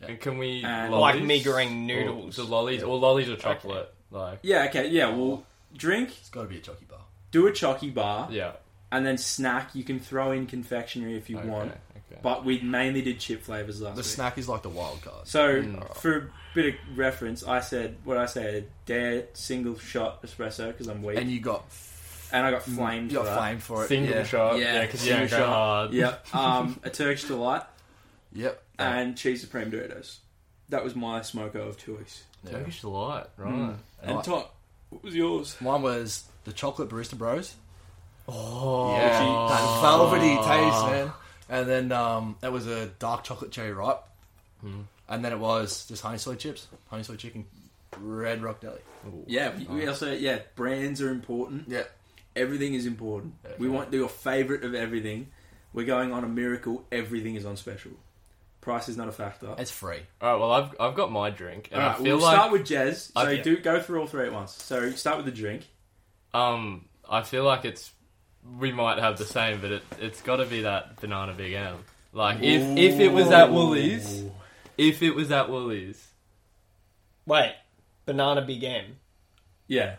Speaker 4: And can we
Speaker 1: And-
Speaker 3: Like
Speaker 4: lollies?
Speaker 3: meagering noodles.
Speaker 4: Or, the lollies or lollies or chocolate? Like
Speaker 1: Yeah, okay, yeah, well,
Speaker 4: Oh.
Speaker 1: drink,
Speaker 2: It's got to be a jockey bar.
Speaker 1: do a chocky bar,
Speaker 4: yeah.
Speaker 1: and then snack. You can throw in confectionery if you
Speaker 4: Okay,
Speaker 1: want,
Speaker 4: okay.
Speaker 1: but we mainly did chip flavors last
Speaker 2: The
Speaker 1: week.
Speaker 2: snack is like the wild card.
Speaker 1: So,
Speaker 4: Mm.
Speaker 1: for a bit of reference, I said what I said: dare single shot espresso because I'm weak,
Speaker 2: And
Speaker 1: and,
Speaker 2: you got
Speaker 1: I got flamed.
Speaker 2: you got
Speaker 1: for that.
Speaker 2: flamed for it.
Speaker 4: single
Speaker 2: yeah.
Speaker 4: shot.
Speaker 1: Yeah,
Speaker 4: Yeah, because you
Speaker 1: single
Speaker 4: don't go
Speaker 1: shot.
Speaker 4: hard.
Speaker 1: Yep. Um, a Turkish delight
Speaker 2: Yep.
Speaker 1: and cheese supreme Doritos. That was my smoker of choice.
Speaker 2: Yeah.
Speaker 4: Turkish delight, right?
Speaker 1: Mm. And
Speaker 2: Right.
Speaker 1: Tom, what was yours?
Speaker 2: One was the chocolate barista bros.
Speaker 4: Oh,
Speaker 2: Yeah, that velvety taste, man. And then um, that was a dark chocolate cherry ripe. And then it was just honey soy chips, honey soy chicken, Red Rock Deli.
Speaker 1: Yeah, we, we also yeah, brands are important.
Speaker 2: Yeah,
Speaker 1: Everything is important.
Speaker 4: Yeah.
Speaker 1: We want your favorite of everything. We're going on a miracle. Everything is on special. Price is not a factor.
Speaker 2: it's free.
Speaker 4: All right, well, I've I've got my drink, and
Speaker 1: All right,
Speaker 4: I feel
Speaker 1: we'll
Speaker 4: like
Speaker 1: start with Jez. So
Speaker 4: Okay.
Speaker 1: do go through all three at once. So start with the drink.
Speaker 4: um, I feel like it's we might have the same, but it it's got to be that banana Big M. Like if if it was at Woolies,
Speaker 1: Ooh.
Speaker 4: if it was at Woolies,
Speaker 3: Wait, banana big M.
Speaker 1: Yeah.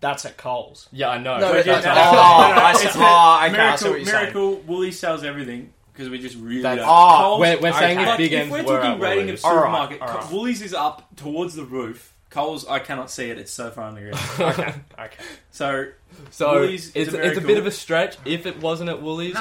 Speaker 3: That's at Coles.
Speaker 4: yeah, I know.
Speaker 2: No,
Speaker 4: But
Speaker 2: it-
Speaker 1: yeah,
Speaker 2: that's-
Speaker 1: no, no,
Speaker 2: oh,
Speaker 1: no, no,
Speaker 3: I see-
Speaker 1: it's a
Speaker 3: oh, I can't see
Speaker 1: Miracle,
Speaker 3: what you're saying.
Speaker 1: miracle Woolly sells everything because we just really
Speaker 4: That's-
Speaker 1: don't.
Speaker 3: oh,
Speaker 1: Coles-
Speaker 4: we're we're saying
Speaker 3: Okay.
Speaker 4: if
Speaker 1: Like,
Speaker 4: Big
Speaker 1: if
Speaker 4: M's
Speaker 1: we're
Speaker 4: were
Speaker 1: talking
Speaker 4: at
Speaker 1: rating of
Speaker 4: Woolies.
Speaker 3: All right,
Speaker 1: supermarket,
Speaker 3: all right.
Speaker 1: Co- Woolies is up towards the roof. Coles, I cannot see it. It's so far underground.
Speaker 3: Okay, okay.
Speaker 1: So
Speaker 4: so
Speaker 1: Woolies is
Speaker 4: it's
Speaker 1: a
Speaker 4: it's a
Speaker 1: miracle.
Speaker 4: bit of a stretch. If it wasn't at Woolies,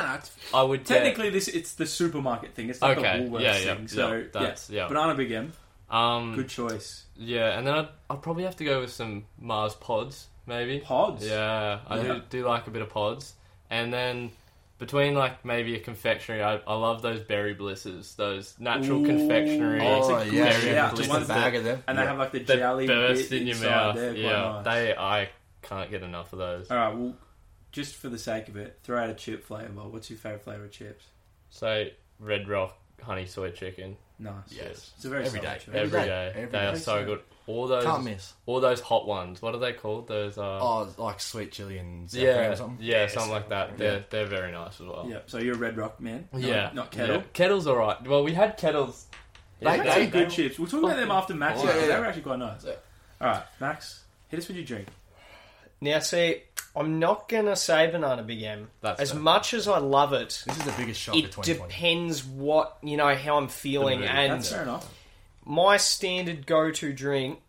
Speaker 4: I would get-
Speaker 1: technically, this it's the supermarket thing. It's like
Speaker 4: Okay,
Speaker 1: a Woolworths
Speaker 4: yeah, yeah,
Speaker 1: thing. so
Speaker 4: yeah, that's- yeah.
Speaker 1: banana Big M,
Speaker 4: um
Speaker 1: good choice.
Speaker 4: yeah, and then I'd, I'd probably have to go with some Mars pods maybe.
Speaker 1: Pods,
Speaker 4: Yeah, I
Speaker 1: Yeah.
Speaker 4: do do like a bit of pods, and then between like maybe a confectionery, I, I love those berry blisses, those natural
Speaker 1: Ooh.
Speaker 4: confectionery.
Speaker 1: Oh,
Speaker 4: They're
Speaker 1: a good shout.
Speaker 2: just
Speaker 1: The
Speaker 2: a
Speaker 1: ones
Speaker 2: bag of them.
Speaker 1: and they
Speaker 2: yeah.
Speaker 1: have like the
Speaker 4: They
Speaker 1: jelly
Speaker 4: burst
Speaker 1: bit
Speaker 4: in your
Speaker 1: inside.
Speaker 4: mouth.
Speaker 1: They're quite
Speaker 4: Yeah,
Speaker 1: nice.
Speaker 4: they I can't get enough of those.
Speaker 1: All right, well, just for the sake of it, throw out a chip flavor. What's your favorite flavor of chips?
Speaker 4: So Red Rock honey soy chicken
Speaker 1: Nice.
Speaker 2: Yes.
Speaker 1: It's a very
Speaker 2: Every
Speaker 1: solid
Speaker 2: day.
Speaker 1: choice.
Speaker 4: every
Speaker 2: day,
Speaker 4: day.
Speaker 2: every
Speaker 4: they
Speaker 2: day.
Speaker 4: are so good. All those
Speaker 2: Can't miss.
Speaker 4: all those hot ones. What are they called? Those are
Speaker 2: Oh, like sweet chili and sour cream
Speaker 4: yeah,
Speaker 2: or something.
Speaker 4: yeah,
Speaker 3: Yeah,
Speaker 4: something like that.
Speaker 3: sour
Speaker 4: They're they're very nice as well.
Speaker 1: Yeah, so you're a Red Rock man. Not-
Speaker 4: Yeah,
Speaker 1: Not kettle.
Speaker 4: Yeah. Kettle's all right. Well, we had kettles.
Speaker 1: They
Speaker 2: Yeah,
Speaker 1: had
Speaker 2: they-
Speaker 1: some good chips. We'll talk about them after Max.
Speaker 2: Oh, yeah, yeah.
Speaker 1: They were actually quite nice.
Speaker 2: Yeah.
Speaker 1: All right, Max, hit us with your drink.
Speaker 3: Now, see, I'm not going to say banana big M.
Speaker 4: That's
Speaker 3: as
Speaker 4: fair.
Speaker 3: much as I love it,
Speaker 2: This is the biggest shock of
Speaker 3: it
Speaker 2: 2020.
Speaker 3: depends what, you know, how I'm feeling.
Speaker 4: mood.
Speaker 3: And
Speaker 1: That's fair enough.
Speaker 3: my standard go to drink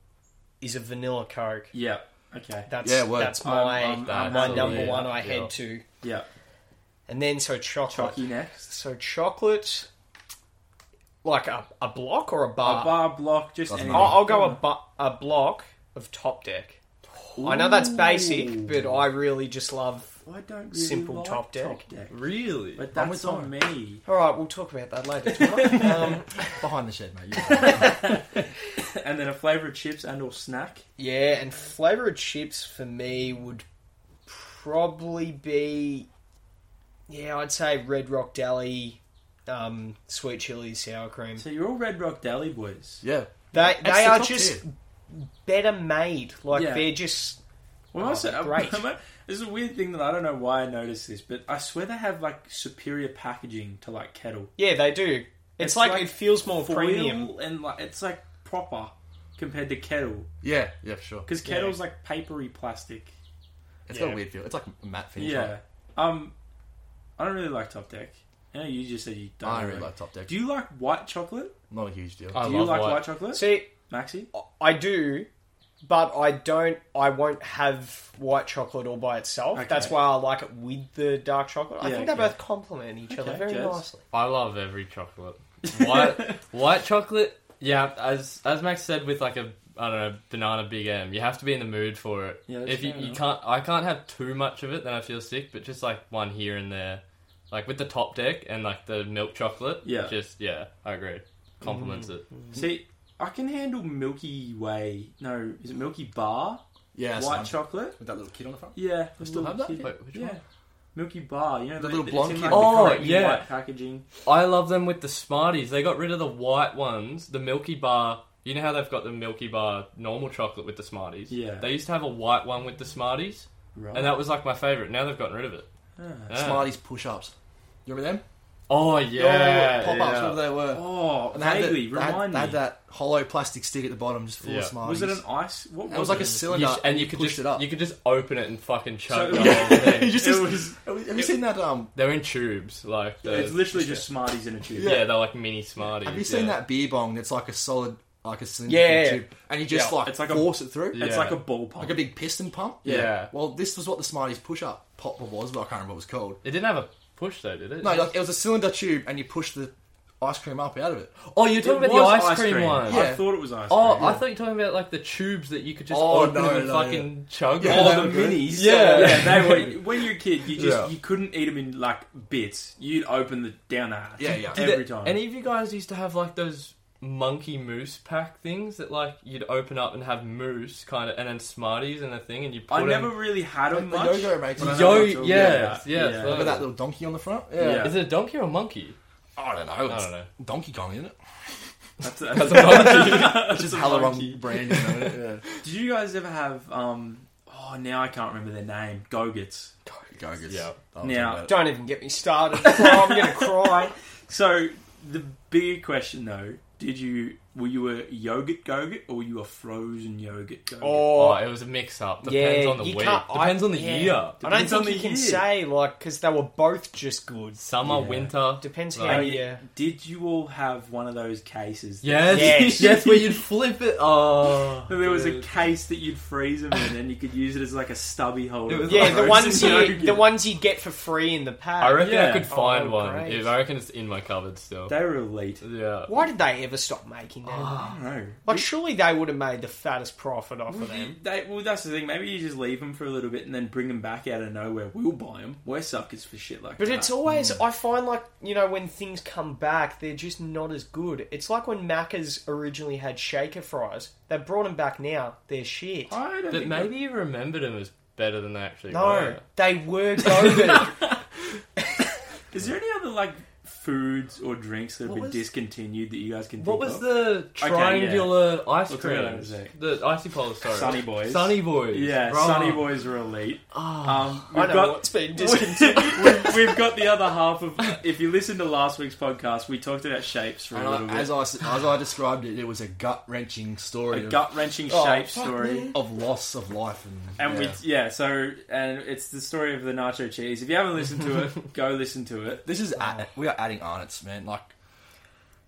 Speaker 3: is a vanilla Coke.
Speaker 1: Yeah. Okay.
Speaker 3: That's,
Speaker 2: Yeah, word.
Speaker 3: that's my,
Speaker 1: Um, um,
Speaker 4: That's
Speaker 3: my
Speaker 4: a
Speaker 3: number
Speaker 4: weird-
Speaker 3: one I
Speaker 4: yeah.
Speaker 3: head to.
Speaker 1: Yeah.
Speaker 3: And then, so chocolate.
Speaker 1: Chucky next.
Speaker 3: So chocolate, like a, a block or a
Speaker 1: A
Speaker 3: bar?
Speaker 1: bar block. Just
Speaker 2: Doesn't
Speaker 1: any.
Speaker 2: matter.
Speaker 3: I'll, I'll go a, bu- a block of Top Deck. I know that's basic, but I really just love.
Speaker 1: I don't really
Speaker 3: Simple
Speaker 1: like
Speaker 3: top deck.
Speaker 4: Really?
Speaker 1: But
Speaker 2: I'm
Speaker 1: that's
Speaker 2: with
Speaker 1: on me.
Speaker 3: All right, we'll talk about that later. Tomorrow. um,
Speaker 2: Behind the shed, mate. You-
Speaker 1: And then a flavour of chips and or snack.
Speaker 3: yeah, and flavour of chips for me would probably be, yeah, I'd say Red Rock Deli, um, sweet chili sour cream.
Speaker 1: So you're all Red Rock Deli boys.
Speaker 2: yeah.
Speaker 3: They
Speaker 2: That's
Speaker 3: they
Speaker 2: the
Speaker 3: are
Speaker 2: top
Speaker 3: just
Speaker 2: tier.
Speaker 3: better made. Like
Speaker 1: Yeah.
Speaker 3: they're just
Speaker 1: Well,
Speaker 3: Oh,
Speaker 1: also,
Speaker 3: great.
Speaker 1: This is a weird thing that I don't know why I noticed this, but I swear they have like superior packaging to like kettle.
Speaker 3: yeah, they do. It's,
Speaker 1: It's
Speaker 3: like,
Speaker 1: like
Speaker 3: it feels more
Speaker 1: Foil
Speaker 3: premium.
Speaker 1: and like it's like proper compared to kettle.
Speaker 2: Yeah, yeah, for sure.
Speaker 1: Because
Speaker 3: Yeah.
Speaker 1: kettle's like papery plastic.
Speaker 2: It's got
Speaker 3: Yeah.
Speaker 2: a weird feel. It's like a matte finish.
Speaker 1: Yeah.
Speaker 2: right?
Speaker 1: Um, I don't really like Top Deck. I know you just said you don't.
Speaker 2: I don't really like Top Deck.
Speaker 1: Do you like white chocolate?
Speaker 2: Not a huge deal.
Speaker 4: I
Speaker 1: Do you
Speaker 4: love
Speaker 1: like
Speaker 4: white.
Speaker 1: white, chocolate,
Speaker 3: See, Oh.
Speaker 1: Maxi?
Speaker 3: I do, but I don't. I won't have white chocolate all by itself.
Speaker 1: Okay.
Speaker 3: That's why I like it with the dark chocolate. I
Speaker 1: Yeah,
Speaker 3: think they
Speaker 1: okay.
Speaker 3: both complement each other
Speaker 1: Okay,
Speaker 3: very
Speaker 1: Jez.
Speaker 3: nicely.
Speaker 4: I love every chocolate. White white chocolate, yeah. As as Max said, with like a I don't know banana Big M, you have to be in the mood for it.
Speaker 1: Yeah, that's
Speaker 4: if you,
Speaker 1: fair
Speaker 4: you
Speaker 1: enough.
Speaker 4: can't, I can't have too much of it, then I feel sick. But just like one here and there, like with the top deck and like the milk chocolate.
Speaker 1: Yeah. Mm.
Speaker 4: just yeah, I agree. Compliments it.
Speaker 1: See, I can handle Milky Way. No, is it Milky Bar?
Speaker 2: Yeah,
Speaker 1: white
Speaker 2: so-
Speaker 1: chocolate.
Speaker 2: With that little kid on the front.
Speaker 1: Yeah,
Speaker 2: They still
Speaker 1: little
Speaker 2: have that?
Speaker 1: kid-
Speaker 4: Wait, which
Speaker 1: yeah.
Speaker 4: one?
Speaker 1: Milky Bar, you know
Speaker 2: The
Speaker 1: they-
Speaker 2: little
Speaker 1: it's
Speaker 2: blonde
Speaker 1: in,
Speaker 2: kid
Speaker 1: like,
Speaker 2: with
Speaker 1: the
Speaker 4: the
Speaker 1: creamy
Speaker 4: Oh, yeah.
Speaker 1: white packaging.
Speaker 4: I love them with the Smarties. They got rid of the white ones, the Milky Bar. You know how they've got the Milky Bar normal chocolate with the Smarties.
Speaker 1: Yeah.
Speaker 4: they used to have a white one with the Smarties,
Speaker 1: Right.
Speaker 4: and that was like my favorite. Now they've gotten rid of it.
Speaker 1: Ah.
Speaker 4: Yeah.
Speaker 2: Smarties push ups. You remember them?
Speaker 4: Oh
Speaker 2: Yeah,
Speaker 4: yeah,
Speaker 2: pop ups,
Speaker 4: yeah.
Speaker 2: whatever they were.
Speaker 1: Oh,
Speaker 2: they had
Speaker 1: vaguely
Speaker 2: that, they had-
Speaker 1: remind
Speaker 2: they had
Speaker 1: me.
Speaker 2: that hollow plastic stick at the bottom, just full of
Speaker 4: Yeah.
Speaker 2: smiles.
Speaker 1: was it an ice? What
Speaker 2: It was like a cylinder,
Speaker 4: You sh- and you could
Speaker 2: pushed
Speaker 4: just
Speaker 2: it up.
Speaker 4: you could just open it and fucking choke.
Speaker 1: So-
Speaker 4: the whole thing.
Speaker 2: You just-
Speaker 1: it was.
Speaker 2: Have you- have you seen that? Um,
Speaker 4: They're in tubes, like the,
Speaker 1: It's literally just Smarties in a tube.
Speaker 4: yeah. they're like mini Smarties.
Speaker 2: have you seen
Speaker 4: yeah.
Speaker 2: that beer bong? That's like a solid, like a cylinder
Speaker 3: Yeah, yeah,
Speaker 2: tube, and you just
Speaker 1: Yeah,
Speaker 2: like
Speaker 1: it's like a-
Speaker 2: force it through,
Speaker 4: Yeah.
Speaker 1: It's like a ball pump.
Speaker 2: like a big piston pump.
Speaker 4: Yeah. Yeah.
Speaker 2: Well, this was what the Smarties push up popper was, but I can't remember what it was called.
Speaker 4: It didn't have a push though, did it?
Speaker 2: No, like it was a cylinder tube, and you push the ice cream up out of it.
Speaker 4: oh, you're talking
Speaker 1: It
Speaker 4: about the
Speaker 1: was
Speaker 4: ice, cream, one.
Speaker 1: I
Speaker 2: Yeah.
Speaker 1: thought it was ice cream.
Speaker 4: Oh, I thought you were talking about like the tubes that you could just
Speaker 2: Oh,
Speaker 4: open
Speaker 2: no,
Speaker 4: and
Speaker 2: no,
Speaker 4: fucking chug.
Speaker 2: Yeah.
Speaker 4: on.
Speaker 1: Oh,
Speaker 2: they
Speaker 1: the
Speaker 2: were good.
Speaker 1: minis.
Speaker 4: Yeah.
Speaker 1: yeah. They were. When you're a kid, you just
Speaker 2: Yeah.
Speaker 1: you couldn't eat them in like bits. You'd open the down the hatch.
Speaker 2: Yeah, yeah.
Speaker 4: Did
Speaker 1: Every
Speaker 4: it-
Speaker 1: time.
Speaker 4: Any of you guys used to have like those monkey moose pack things that like you'd open up and have moose kind of and then Smarties and a thing and you put
Speaker 1: I never
Speaker 4: them.
Speaker 1: really had them
Speaker 2: The
Speaker 1: much.
Speaker 2: yo-yo makes
Speaker 1: but I
Speaker 2: it-
Speaker 1: know what
Speaker 4: Yo-
Speaker 1: you're talking
Speaker 4: yes,
Speaker 1: about.
Speaker 4: yes,
Speaker 1: Yeah.
Speaker 4: those.
Speaker 2: Remember that little donkey on the front?
Speaker 1: Yeah.
Speaker 4: Is it a donkey or a monkey?
Speaker 2: I don't know. It's
Speaker 4: don't know.
Speaker 2: Donkey Kong, isn't it?
Speaker 1: That's,
Speaker 4: That's
Speaker 1: that's,
Speaker 4: a monkey.
Speaker 2: It's just
Speaker 1: a
Speaker 2: hella wrong
Speaker 1: monkey.
Speaker 2: brand. You know, yeah.
Speaker 1: Did you guys ever have? um Oh, now I can't remember their name. Gogets.
Speaker 2: Go get
Speaker 4: Yeah.
Speaker 1: Now-
Speaker 3: Don't even get me started. I'm going to cry.
Speaker 1: So the bigger question though: Did you were you a yogurt gogurt or were you a frozen yogurt? Gogurt?
Speaker 4: Oh,
Speaker 3: Or
Speaker 4: it was a mix-up.
Speaker 3: yeah,
Speaker 4: Depends on the
Speaker 3: you
Speaker 4: week.
Speaker 3: can't- I-
Speaker 4: Depends on the
Speaker 3: yeah.
Speaker 4: year.
Speaker 3: I don't
Speaker 1: Depends
Speaker 3: think
Speaker 1: on the
Speaker 3: you can
Speaker 1: year.
Speaker 3: say like because they were both just good.
Speaker 4: Summer,
Speaker 1: Yeah.
Speaker 4: winter.
Speaker 3: Depends
Speaker 4: Like-
Speaker 3: how
Speaker 1: And
Speaker 3: you.
Speaker 1: y- Did you all have one of those cases?
Speaker 4: Yes, yes,
Speaker 3: Yes.
Speaker 4: where you'd flip it. Oh,
Speaker 1: That, there was a
Speaker 4: dude.
Speaker 1: case that you'd freeze them in, and you could use it as like a stubby holder.
Speaker 4: It was
Speaker 3: Yeah,
Speaker 4: like
Speaker 3: the
Speaker 1: Frozen
Speaker 3: ones you
Speaker 1: yogurt.
Speaker 3: the ones you get for free in the pack.
Speaker 4: I reckon I
Speaker 1: Yeah.
Speaker 4: could find
Speaker 3: Oh,
Speaker 4: one.
Speaker 3: great.
Speaker 4: If I reckon it's in my cupboard still.
Speaker 1: They were elite.
Speaker 4: yeah.
Speaker 3: Why did they ever stop making them?
Speaker 4: Ah.
Speaker 1: I don't know.
Speaker 3: like, surely they would have made the fattest profit off of them.
Speaker 1: They, well, that's the thing. Maybe you just leave them for a little bit and then bring them back out of nowhere. We'll buy them. We're suckers for shit like
Speaker 3: But
Speaker 1: that.
Speaker 3: it's always
Speaker 4: Hmm.
Speaker 3: I find like you know when things come back, they're just not as good. It's like when Macca's originally had shaker fries. They brought them back now. They're shit.
Speaker 1: I don't
Speaker 4: But
Speaker 1: think
Speaker 4: maybe you remembered them as better than they actually
Speaker 3: No,
Speaker 4: were.
Speaker 3: they were COVID.
Speaker 1: Is there any other like foods or drinks that have
Speaker 4: What
Speaker 1: been
Speaker 4: was-
Speaker 1: discontinued that you guys can?
Speaker 4: What
Speaker 1: think
Speaker 4: was
Speaker 1: of?
Speaker 4: the triangular ice
Speaker 1: We'll talk about that in a
Speaker 4: creams?
Speaker 1: sec.
Speaker 4: The icy poles, sorry.
Speaker 1: Sunny Boys?
Speaker 4: Sunny Boys. Ah,
Speaker 1: Yeah,
Speaker 4: bro.
Speaker 1: Sunny Boys are elite. Um,
Speaker 3: Oh, I
Speaker 1: we've
Speaker 3: know
Speaker 1: got
Speaker 3: what's been discontinued.
Speaker 1: we've, we've got the other half of. If you listen to last week's podcast, we talked about shapes for a little
Speaker 2: And I,
Speaker 1: bit.
Speaker 2: as I s- as I described it, it was a gut wrenching
Speaker 1: A
Speaker 2: story of,
Speaker 1: gut wrenching
Speaker 3: Oh,
Speaker 1: shape
Speaker 3: fuck
Speaker 1: story.
Speaker 3: me.
Speaker 2: of loss of life and,
Speaker 1: And
Speaker 2: yeah.
Speaker 1: we yeah, so and it's the story of the nacho cheese. If you haven't listened to it, go listen to it.
Speaker 2: This is
Speaker 1: Oh.
Speaker 2: add- we are adding arnots, man. Like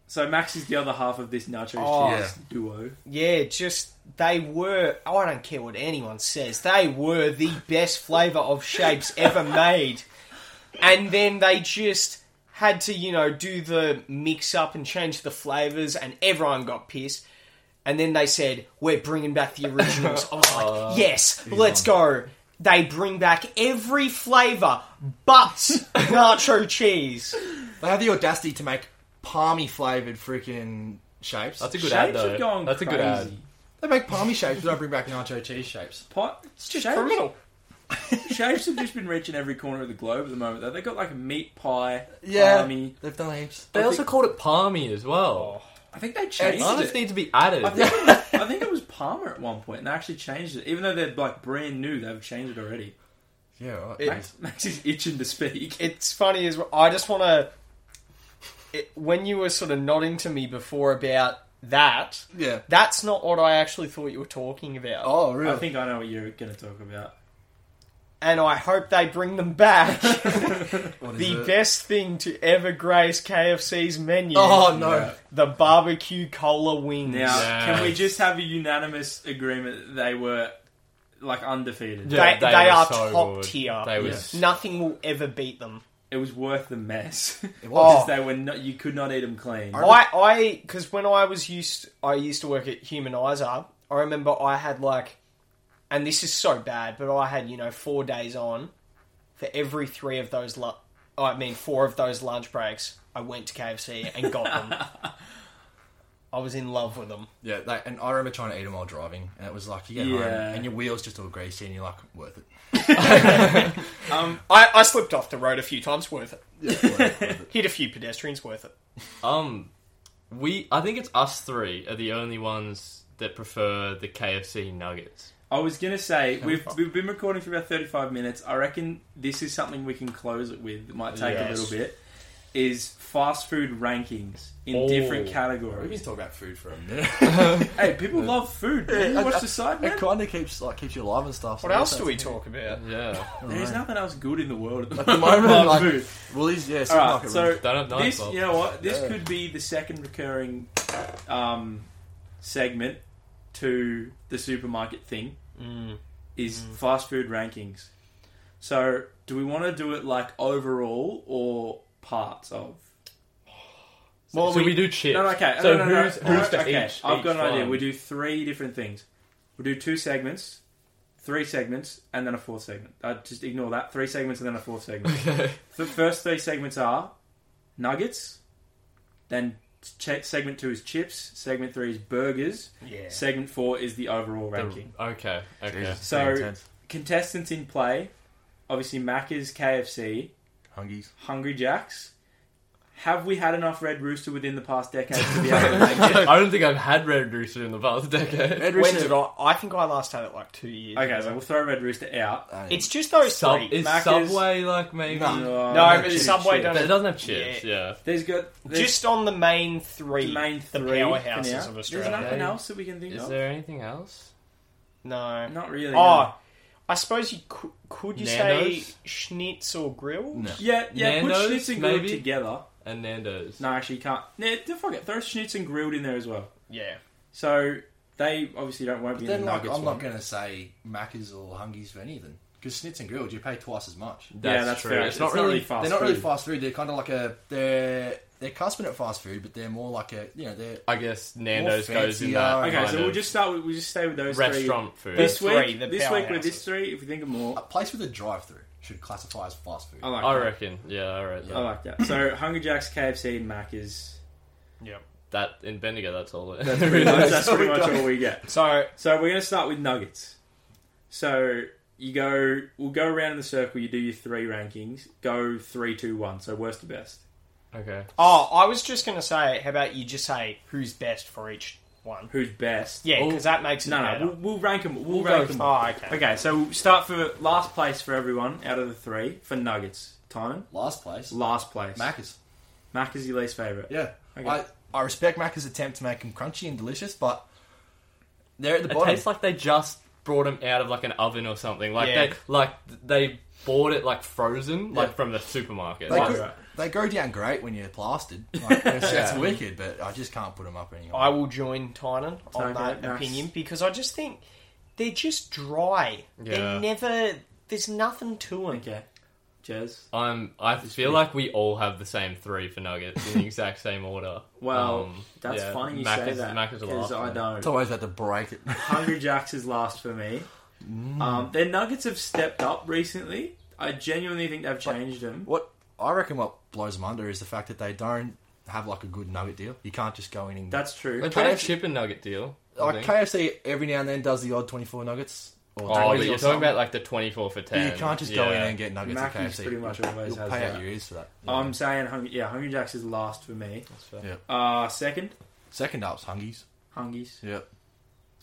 Speaker 1: So Max is the other half of this nacho
Speaker 3: Oh.
Speaker 1: cheese duo.
Speaker 3: yeah, just they were. Oh, I don't care what anyone says. They were the best flavour of shapes ever made, and then they just had to you know do the mix up and change the flavours, and everyone got pissed. And then they said, "We're bringing back the originals." I was like, "Yes, let's go." They bring back every flavour but nacho cheese.
Speaker 2: they have the audacity to make palmy flavored freaking shapes.
Speaker 4: That's a good
Speaker 1: Shapes
Speaker 4: ad, though.
Speaker 1: are going
Speaker 4: That's a
Speaker 1: crazy.
Speaker 4: good ad.
Speaker 2: They make palmy shapes, but don't bring back nacho cheese shapes.
Speaker 1: Pot,
Speaker 3: It's just
Speaker 1: shapes,
Speaker 3: criminal.
Speaker 1: shapes have just been reaching every corner of the globe at the moment. Though they got like a meat pie,
Speaker 2: Yeah,
Speaker 1: palmy.
Speaker 2: they've done heaps.
Speaker 4: They
Speaker 1: I
Speaker 4: also
Speaker 1: think-
Speaker 4: called it palmy as well.
Speaker 1: I think they changed
Speaker 4: Artists
Speaker 1: it.
Speaker 4: need to be added.
Speaker 1: I think, it was, I think it was Palmer at one point, and they actually changed it. Even though they're like brand new, they've changed it already.
Speaker 2: Yeah, right.
Speaker 3: It-
Speaker 2: Nice.
Speaker 1: Max, Max is itching to speak.
Speaker 3: it's funny as well. I just want to. When you were sort of nodding to me before about that,
Speaker 2: yeah.
Speaker 3: that's not what I actually thought you were talking about.
Speaker 2: Oh, really?
Speaker 1: I think I know what you're going to talk about.
Speaker 3: And I hope they bring them back.
Speaker 2: What is
Speaker 3: the
Speaker 2: it?
Speaker 3: best thing to ever grace KFC's menu
Speaker 2: Oh no!
Speaker 1: Yeah.
Speaker 3: the barbecue cola wings.
Speaker 1: Now,
Speaker 4: Yes.
Speaker 1: can we just have a unanimous agreement that they were like undefeated?
Speaker 4: Yeah,
Speaker 3: they- they
Speaker 4: were
Speaker 3: are
Speaker 4: so
Speaker 3: top
Speaker 4: good.
Speaker 3: tier.
Speaker 4: They were
Speaker 2: Yeah.
Speaker 4: s-
Speaker 3: Nothing will ever beat them.
Speaker 1: It was worth the mess.
Speaker 2: It
Speaker 3: Oh.
Speaker 1: Because
Speaker 2: was.
Speaker 1: they were not, you could not eat them clean.
Speaker 3: I, I, because when I was used, I used to work at Humanizer. I remember I had like, and this is so bad, but I had you know four days on for every three of those. Lu- I mean, four of those lunch breaks, I went to KFC and got them. I was in love with them.
Speaker 2: Yeah, they, and I remember trying to eat them while driving, and it was like you get home
Speaker 1: Yeah.
Speaker 2: and your wheels just all greasy, and you're like, worth it.
Speaker 3: I, I slipped off the road a few times. Worth it.
Speaker 2: Yeah, worth it, worth it.
Speaker 3: Hit a few pedestrians. Worth it.
Speaker 4: Um, we. I think it's us three are the only ones that prefer the KFC nuggets.
Speaker 1: I was going to say, we've,
Speaker 3: fuck.
Speaker 1: we've been recording for about 35 minutes. I reckon this is something we can close it with. It might take
Speaker 3: Yes.
Speaker 1: a little bit. is fast food rankings in
Speaker 4: Oh.
Speaker 1: different
Speaker 2: We can
Speaker 1: categories.
Speaker 2: talk about food for a minute.
Speaker 1: Hey, people love food. Did you
Speaker 2: Yeah,
Speaker 1: watch
Speaker 2: I-
Speaker 1: the site, man?
Speaker 2: it kind of keeps like keeps you alive and stuff. so
Speaker 3: What else
Speaker 2: that's-
Speaker 3: do we talk about?
Speaker 4: Yeah.
Speaker 1: There's nothing else good in the world at the,
Speaker 2: At the moment,
Speaker 1: moment.
Speaker 2: like,
Speaker 1: food.
Speaker 2: Well, these yeah,
Speaker 1: All right,
Speaker 2: supermarket
Speaker 1: so
Speaker 2: rooms.
Speaker 4: Don't have knife
Speaker 1: this,
Speaker 4: Bob.
Speaker 1: you know what? This
Speaker 2: Yeah.
Speaker 1: could be the second recurring um, segment to the supermarket thing
Speaker 3: Mm.
Speaker 1: is fast food rankings. So, do we want to do it like overall or parts of?
Speaker 4: Well,
Speaker 1: So
Speaker 4: we,
Speaker 1: we-
Speaker 4: do chips.
Speaker 1: No, no, okay.
Speaker 4: So
Speaker 1: no, no, no,
Speaker 4: who's,
Speaker 1: no.
Speaker 4: who's for
Speaker 1: okay.
Speaker 4: each?
Speaker 1: I've
Speaker 4: each
Speaker 1: got an idea.
Speaker 4: one?
Speaker 1: We do three different things. We do two segments, three segments, and then a fourth segment. Uh, just ignore that. Three segments and then a fourth segment.
Speaker 4: Okay.
Speaker 1: the first three segments are nuggets. Then ch- segment two is chips. Segment three is burgers.
Speaker 3: Yeah.
Speaker 1: Segment four is the overall ranking.
Speaker 4: Okay. Okay.
Speaker 2: Jesus, it's
Speaker 1: So-
Speaker 2: intense.
Speaker 1: Contestants in play, obviously Macca's, KFC,
Speaker 2: hungies.
Speaker 1: Hungry Jacks. Have we had enough Red Rooster within the past decade to be able to make it?
Speaker 4: I don't think I've had Red Rooster in the past decade.
Speaker 2: Ed
Speaker 3: When did I? I think I last had it like two years.
Speaker 1: Okay, so
Speaker 3: ago.
Speaker 1: we'll throw Red Rooster out.
Speaker 3: it's just those
Speaker 4: Sub,
Speaker 3: three.
Speaker 4: is
Speaker 1: Macca's-
Speaker 4: Subway like maybe?
Speaker 3: no,
Speaker 2: but
Speaker 1: shit,
Speaker 3: Subway
Speaker 1: shit.
Speaker 3: don't-
Speaker 4: But it doesn't have chips. Yeah.
Speaker 1: There's got there's
Speaker 3: just on the main three.
Speaker 1: the main
Speaker 3: the
Speaker 1: three for now.
Speaker 3: powerhouses of
Speaker 1: There's
Speaker 3: Australia.
Speaker 1: nothing else that we can think
Speaker 4: Is
Speaker 1: of.
Speaker 4: there anything else?
Speaker 3: No.
Speaker 1: Not really. no.
Speaker 3: Oh, I suppose you could, could you say
Speaker 4: Nando's?
Speaker 3: Schnitz or grill?
Speaker 2: No.
Speaker 1: yeah, yeah. put
Speaker 4: Nando's,
Speaker 1: Schnitz and grilled
Speaker 4: maybe?
Speaker 1: together.
Speaker 4: And Nando's.
Speaker 1: No, actually, you can't. Nah, don't fuck it. Throw Schnitz and grilled in there as well.
Speaker 3: Yeah.
Speaker 1: So they obviously don't won't be in
Speaker 2: Then
Speaker 1: the
Speaker 2: like,
Speaker 1: nuggets.
Speaker 2: I'm
Speaker 1: one.
Speaker 2: not going to say Macca's or Hungies for anything because Snitz and Grilled you pay twice as much.
Speaker 4: That's
Speaker 1: yeah, that's
Speaker 4: true.
Speaker 1: fair.
Speaker 4: It's, not really.
Speaker 1: fast.
Speaker 2: they're not really
Speaker 1: food.
Speaker 2: fast food. They're kind of like a they're they're cusping at fast food, but they're more like a you know they're
Speaker 4: I guess Nando's
Speaker 2: More
Speaker 4: goes in
Speaker 2: fancier,
Speaker 4: that.
Speaker 2: Okay,
Speaker 1: Okay,
Speaker 4: kind
Speaker 1: so we'll
Speaker 4: of
Speaker 1: just start. with We'll just stay with those
Speaker 4: restaurant
Speaker 1: three.
Speaker 4: food.
Speaker 1: This
Speaker 3: The three,
Speaker 1: week,
Speaker 3: the
Speaker 1: this week with
Speaker 3: powerhouses.
Speaker 1: this three. If you think of
Speaker 2: a
Speaker 1: more,
Speaker 2: place with a drive-through should classify as fast food.
Speaker 1: I like.
Speaker 4: I
Speaker 1: that.
Speaker 4: reckon. Yeah, all right.
Speaker 1: I like that. So Hungry Jack's, KFC, and Mac is
Speaker 3: Yeah.
Speaker 4: That in Bendigo, that's all. It.
Speaker 1: that's pretty much, that's
Speaker 2: all
Speaker 1: pretty
Speaker 2: we
Speaker 1: much
Speaker 2: got.
Speaker 1: all we get.
Speaker 3: So
Speaker 1: So we're going to start with nuggets. So you go, we'll go around in the circle. You do your three rankings. Go three, two, one. So worst to best.
Speaker 4: okay.
Speaker 3: Oh, I was just going to say, how about you just say who's best for each one?
Speaker 1: Who's best?
Speaker 3: Yeah,
Speaker 4: Oh.
Speaker 3: because that makes it
Speaker 1: No, no.
Speaker 3: better.
Speaker 1: We'll, we'll rank them. We'll,
Speaker 3: We'll
Speaker 1: rank
Speaker 3: go-
Speaker 1: them.
Speaker 3: Oh, okay.
Speaker 1: Okay, so we'll start for last place for everyone out of the three for nuggets. Time
Speaker 2: Last place,
Speaker 1: last place.
Speaker 2: Macca's.
Speaker 1: Mac is your least favorite.
Speaker 2: Yeah,
Speaker 1: Okay.
Speaker 2: I I respect Macca's attempt to make them crunchy and delicious, but they're at the
Speaker 4: It
Speaker 2: bottom.
Speaker 4: tastes like they just brought them out of like an oven or something. Like
Speaker 3: Yeah.
Speaker 4: they, like they bought it like frozen,
Speaker 2: Yeah.
Speaker 4: like from the supermarket.
Speaker 2: they,
Speaker 4: Like,
Speaker 2: go, they go down great when you're plastered. Like, that's, that's
Speaker 4: Yeah.
Speaker 2: wicked, but I just can't put them up anymore.
Speaker 3: I will join Tynan
Speaker 1: Okay,
Speaker 3: on that
Speaker 1: nice.
Speaker 3: opinion because I just think they're just dry. They're
Speaker 4: Yeah.
Speaker 3: never. There's nothing to them.
Speaker 1: Okay. Jez.
Speaker 4: I'm. I feel like we all have the same three for nuggets in the exact same order.
Speaker 1: Well,
Speaker 4: Um,
Speaker 1: that's
Speaker 4: yeah,
Speaker 1: funny you say
Speaker 4: Macca's-
Speaker 1: that
Speaker 4: Macca's are
Speaker 1: because
Speaker 4: last,
Speaker 1: I
Speaker 4: man.
Speaker 2: it's
Speaker 1: don't.
Speaker 2: always had to break it.
Speaker 1: Hungry Jacks is last for me.
Speaker 2: Mm.
Speaker 1: Um, their nuggets have stepped up recently. I genuinely think they've changed them.
Speaker 2: What I reckon what blows them under is the fact that they don't have like a good nugget deal. You can't just go in and
Speaker 1: That's
Speaker 4: They
Speaker 1: true.
Speaker 4: tried a
Speaker 2: KFC
Speaker 4: chip and nugget deal. I
Speaker 2: like
Speaker 4: think.
Speaker 2: KFC every now and then does the odd twenty four nuggets. Or 20s
Speaker 4: oh,
Speaker 2: or
Speaker 4: but you're talking
Speaker 2: something.
Speaker 4: about like the twenty-four for ten.
Speaker 2: you can't just go in
Speaker 4: Yeah.
Speaker 2: and get nuggets at
Speaker 1: Mackey's
Speaker 2: KFC.
Speaker 1: pretty much always
Speaker 2: You'll
Speaker 1: has
Speaker 2: pay
Speaker 1: that.
Speaker 2: out your ears for that.
Speaker 1: I'm saying, Hungry, yeah, Hungry Jacks is last for me.
Speaker 4: That's fair.
Speaker 2: Yeah.
Speaker 1: Uh, second,
Speaker 2: Second up's hungies.
Speaker 1: Hungies.
Speaker 2: Yeah.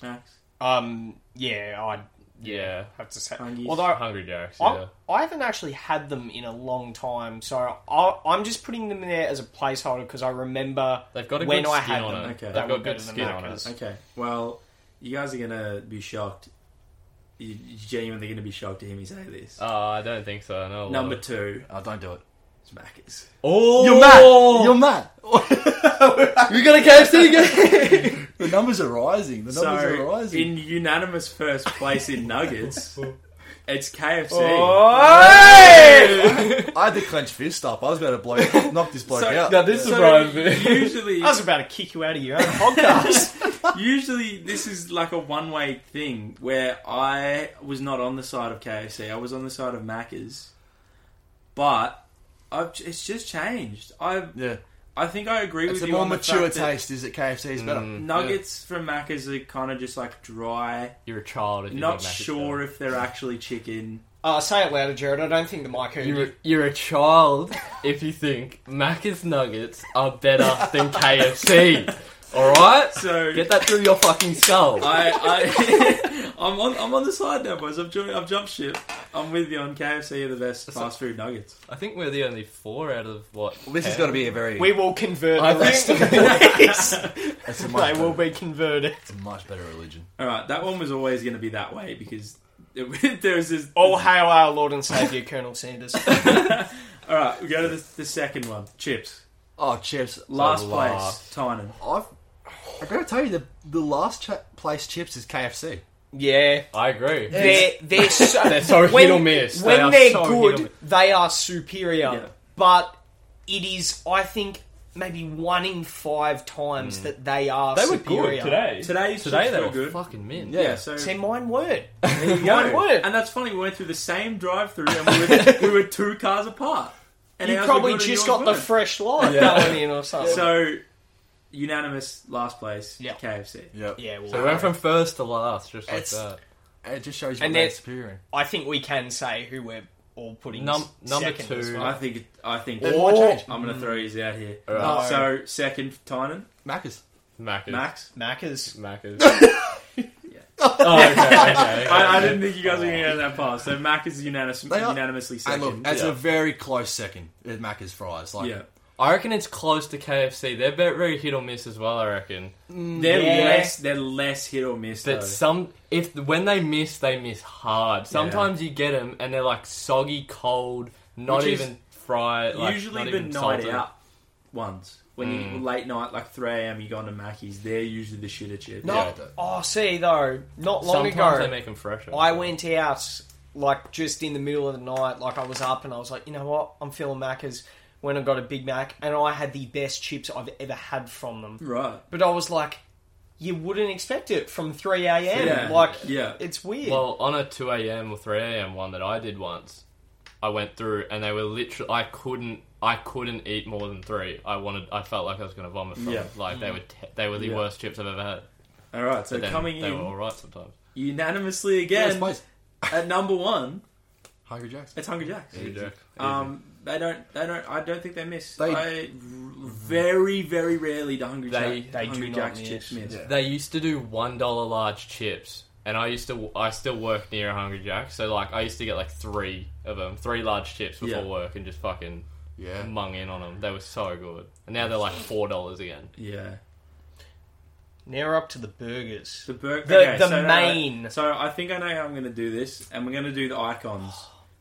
Speaker 1: Max.
Speaker 3: Um, yeah, I'd
Speaker 4: Yeah.
Speaker 3: have to say.
Speaker 1: Hungries.
Speaker 3: Although
Speaker 4: Hungry Jacks.
Speaker 3: Uh, I,
Speaker 4: Yeah.
Speaker 3: I haven't actually had them in a long time, so I, I'm just putting them there as a placeholder because I remember
Speaker 4: They've got a
Speaker 3: when
Speaker 4: good
Speaker 3: I
Speaker 4: skin
Speaker 3: had
Speaker 4: on
Speaker 3: them,
Speaker 1: it. Okay.
Speaker 3: that
Speaker 1: They've
Speaker 3: were
Speaker 4: got
Speaker 3: better
Speaker 4: good
Speaker 3: than
Speaker 4: skin on
Speaker 3: Macca's.
Speaker 1: Okay, well, you guys are gonna be shocked. You're genuinely gonna be shocked to hear me say this.
Speaker 4: Oh, I don't think so. No.
Speaker 1: Number
Speaker 4: two.
Speaker 1: two,
Speaker 2: Oh, don't do it.
Speaker 1: it's Macca's.
Speaker 4: Oh,
Speaker 2: You're mad. You're mad.
Speaker 4: You're gonna KFC again.
Speaker 2: The numbers are rising. The numbers are
Speaker 1: So,
Speaker 2: rising.
Speaker 1: in unanimous first place in Nuggets, it's KFC.
Speaker 3: Oh,
Speaker 2: I had the clenched fist up. I was about to blow, knock this bloke
Speaker 1: So-
Speaker 2: out.
Speaker 4: now this
Speaker 1: So,
Speaker 4: surprised me.
Speaker 1: usually,
Speaker 3: I was about to kick you out of your own podcast.
Speaker 1: usually this is like a one-way thing where I was not on the side of KFC. I was on the side of Macca's, but I've, it's just changed. I
Speaker 2: yeah,
Speaker 1: I think I agree
Speaker 2: it's a
Speaker 1: with you
Speaker 2: more
Speaker 1: on the
Speaker 2: mature
Speaker 1: fact that
Speaker 2: taste. Is it KFC is better?
Speaker 4: Mm.
Speaker 1: Nuggets from Macca's are kind of just like dry.
Speaker 4: You're a child. If you
Speaker 1: Not
Speaker 4: think Macca's
Speaker 1: sure
Speaker 4: better.
Speaker 1: if they're actually chicken.
Speaker 3: uh, say it louder, Jared. I don't think the mic heard
Speaker 4: You're
Speaker 3: you.
Speaker 4: a, you're a child if you think Macca's nuggets are better than KFC. All right,
Speaker 1: So
Speaker 4: get that through your fucking skull.
Speaker 1: I, I I'm on I'm on the side now, boys. I've joined, I've jumped ship. I'm with you on KFC are the best fast food nuggets.
Speaker 4: I think we're the only four out of what.
Speaker 2: Well, this has
Speaker 4: 10?
Speaker 2: got to be a very.
Speaker 3: We will convert
Speaker 2: I
Speaker 3: the rest of the names.
Speaker 2: it's, a
Speaker 3: they
Speaker 2: much
Speaker 3: will
Speaker 2: better,
Speaker 3: be converted.
Speaker 2: it's a much better religion.
Speaker 1: All right, that one was always going to be that way because it, there's this.
Speaker 3: All hail our Lord and Saviour, Colonel Sanders.
Speaker 1: All right, we go to the, the second one. Chips.
Speaker 2: Oh, chips.
Speaker 1: Last
Speaker 4: So
Speaker 1: place,
Speaker 4: last.
Speaker 1: Tynan.
Speaker 2: I've. I gotta tell you, the the last cha- place chips is KFC.
Speaker 3: Yeah,
Speaker 4: I agree.
Speaker 3: they're they're so,
Speaker 4: They're so hit
Speaker 3: when,
Speaker 4: or miss. They
Speaker 3: When
Speaker 4: are
Speaker 3: they are
Speaker 4: so hit or
Speaker 3: good,
Speaker 4: miss.
Speaker 3: they are superior.
Speaker 1: Yeah.
Speaker 3: But it is, I think, maybe one in five times that they are
Speaker 4: Mm. They were
Speaker 3: superior.
Speaker 4: good today.
Speaker 1: Today's
Speaker 4: today
Speaker 1: chips
Speaker 4: they
Speaker 1: were
Speaker 4: were
Speaker 1: good.
Speaker 4: fucking mint.
Speaker 1: Yeah, so
Speaker 3: See, mine weren't.
Speaker 1: there you
Speaker 3: mine
Speaker 1: go.
Speaker 3: weren't.
Speaker 1: And that's funny. We went through the same drive-through, and we were, we were two cars apart. And
Speaker 3: You
Speaker 1: ours were
Speaker 3: probably
Speaker 1: good and
Speaker 3: just
Speaker 1: yours
Speaker 3: got the
Speaker 1: weren't.
Speaker 3: fresh light
Speaker 4: Yeah.
Speaker 3: going in or something.
Speaker 1: So unanimous last place.
Speaker 3: Yeah.
Speaker 1: KFC.
Speaker 2: Yep.
Speaker 3: yeah, well,
Speaker 4: So we went from first to last, just like
Speaker 2: It's-
Speaker 4: that.
Speaker 2: It just shows you
Speaker 3: And
Speaker 2: what they're
Speaker 3: that-
Speaker 2: superior in.
Speaker 3: I think we can say who we're all putting
Speaker 4: Num- number
Speaker 3: second
Speaker 4: two.
Speaker 3: as well.
Speaker 1: I think. I think.
Speaker 2: Then why change?
Speaker 1: I'm going to throw you out here.
Speaker 4: All right.
Speaker 1: So second, Tynan,
Speaker 2: Macca's.
Speaker 4: Macca's.
Speaker 1: Max.
Speaker 3: Maccas.
Speaker 4: Macca's. Oh, okay, okay.
Speaker 1: I, I didn't think you guys were going to go that far. So Mac is unanimous,
Speaker 2: They are-
Speaker 1: unanimously
Speaker 2: And
Speaker 1: second.
Speaker 2: look, that's
Speaker 4: yeah.
Speaker 2: a very close second at Macca's fries. Like,
Speaker 1: yeah,
Speaker 4: I reckon it's close to KFC. They're very, very hit or miss as well. I reckon,
Speaker 1: they're
Speaker 3: yeah.
Speaker 1: less. They're less hit or miss.
Speaker 4: but
Speaker 1: though.
Speaker 4: some if when they miss, they miss hard. Sometimes you get them and they're like soggy, cold, not
Speaker 1: Which is
Speaker 4: even fried. Like,
Speaker 1: usually
Speaker 4: not
Speaker 1: the
Speaker 4: even
Speaker 1: night
Speaker 4: salted. Mm.
Speaker 1: out ones when you late night, like three a.m. You go into Mackey's. They're usually the shitter chips.
Speaker 3: No,
Speaker 2: Yeah, though.
Speaker 3: oh, see though, not long
Speaker 4: Sometimes
Speaker 3: ago,
Speaker 4: they make them fresher.
Speaker 3: I went out like just in the middle of the night, like I was up and I was like, you know what, I'm feeling Macca's. When I got a Big Mac, and I had the best chips I've ever had from them.
Speaker 1: Right.
Speaker 3: But I was like, you wouldn't expect it from 3 a.m.
Speaker 1: Yeah.
Speaker 3: Like,
Speaker 1: Yeah.
Speaker 3: it's weird.
Speaker 4: Well, on a 2 a.m. or 3 a.m. one that I did once, I went through and they were literally. I couldn't. I couldn't eat more than three. I wanted. I felt like I was going to vomit. From
Speaker 1: Yeah.
Speaker 4: yeah. Like they were. Te- they were the
Speaker 1: Yeah.
Speaker 4: worst chips I've ever had.
Speaker 1: All right. So
Speaker 4: But then
Speaker 1: coming
Speaker 4: they
Speaker 1: in
Speaker 4: were all right sometimes.
Speaker 1: unanimously
Speaker 2: Yes,
Speaker 1: again
Speaker 2: please.
Speaker 1: at number one,
Speaker 2: Hungry Jacks.
Speaker 1: it's Hungry Jack's.
Speaker 4: Jack.
Speaker 1: Um, they don't. They don't. I don't think they miss.
Speaker 2: They-
Speaker 1: I very, very rarely the Hungry
Speaker 4: They-
Speaker 1: Jack.
Speaker 3: they
Speaker 1: Hungry
Speaker 3: do not
Speaker 1: Jack's
Speaker 3: miss.
Speaker 1: chips miss.
Speaker 2: Yeah.
Speaker 4: They used to do one dollar large chips, and I used to. I still work near a Hungry Jack, so like I used to get like three of them, three large chips before
Speaker 1: Yeah.
Speaker 4: work, and just fucking
Speaker 2: Yeah.
Speaker 4: mung in on them. They were so good, and now they're like four dollars again.
Speaker 1: Yeah.
Speaker 3: now we're up to the burgers.
Speaker 1: The burger.
Speaker 3: The- the
Speaker 1: no, no,
Speaker 3: main.
Speaker 1: no. so I think I know how I'm going to do this, and we're going to do the icons.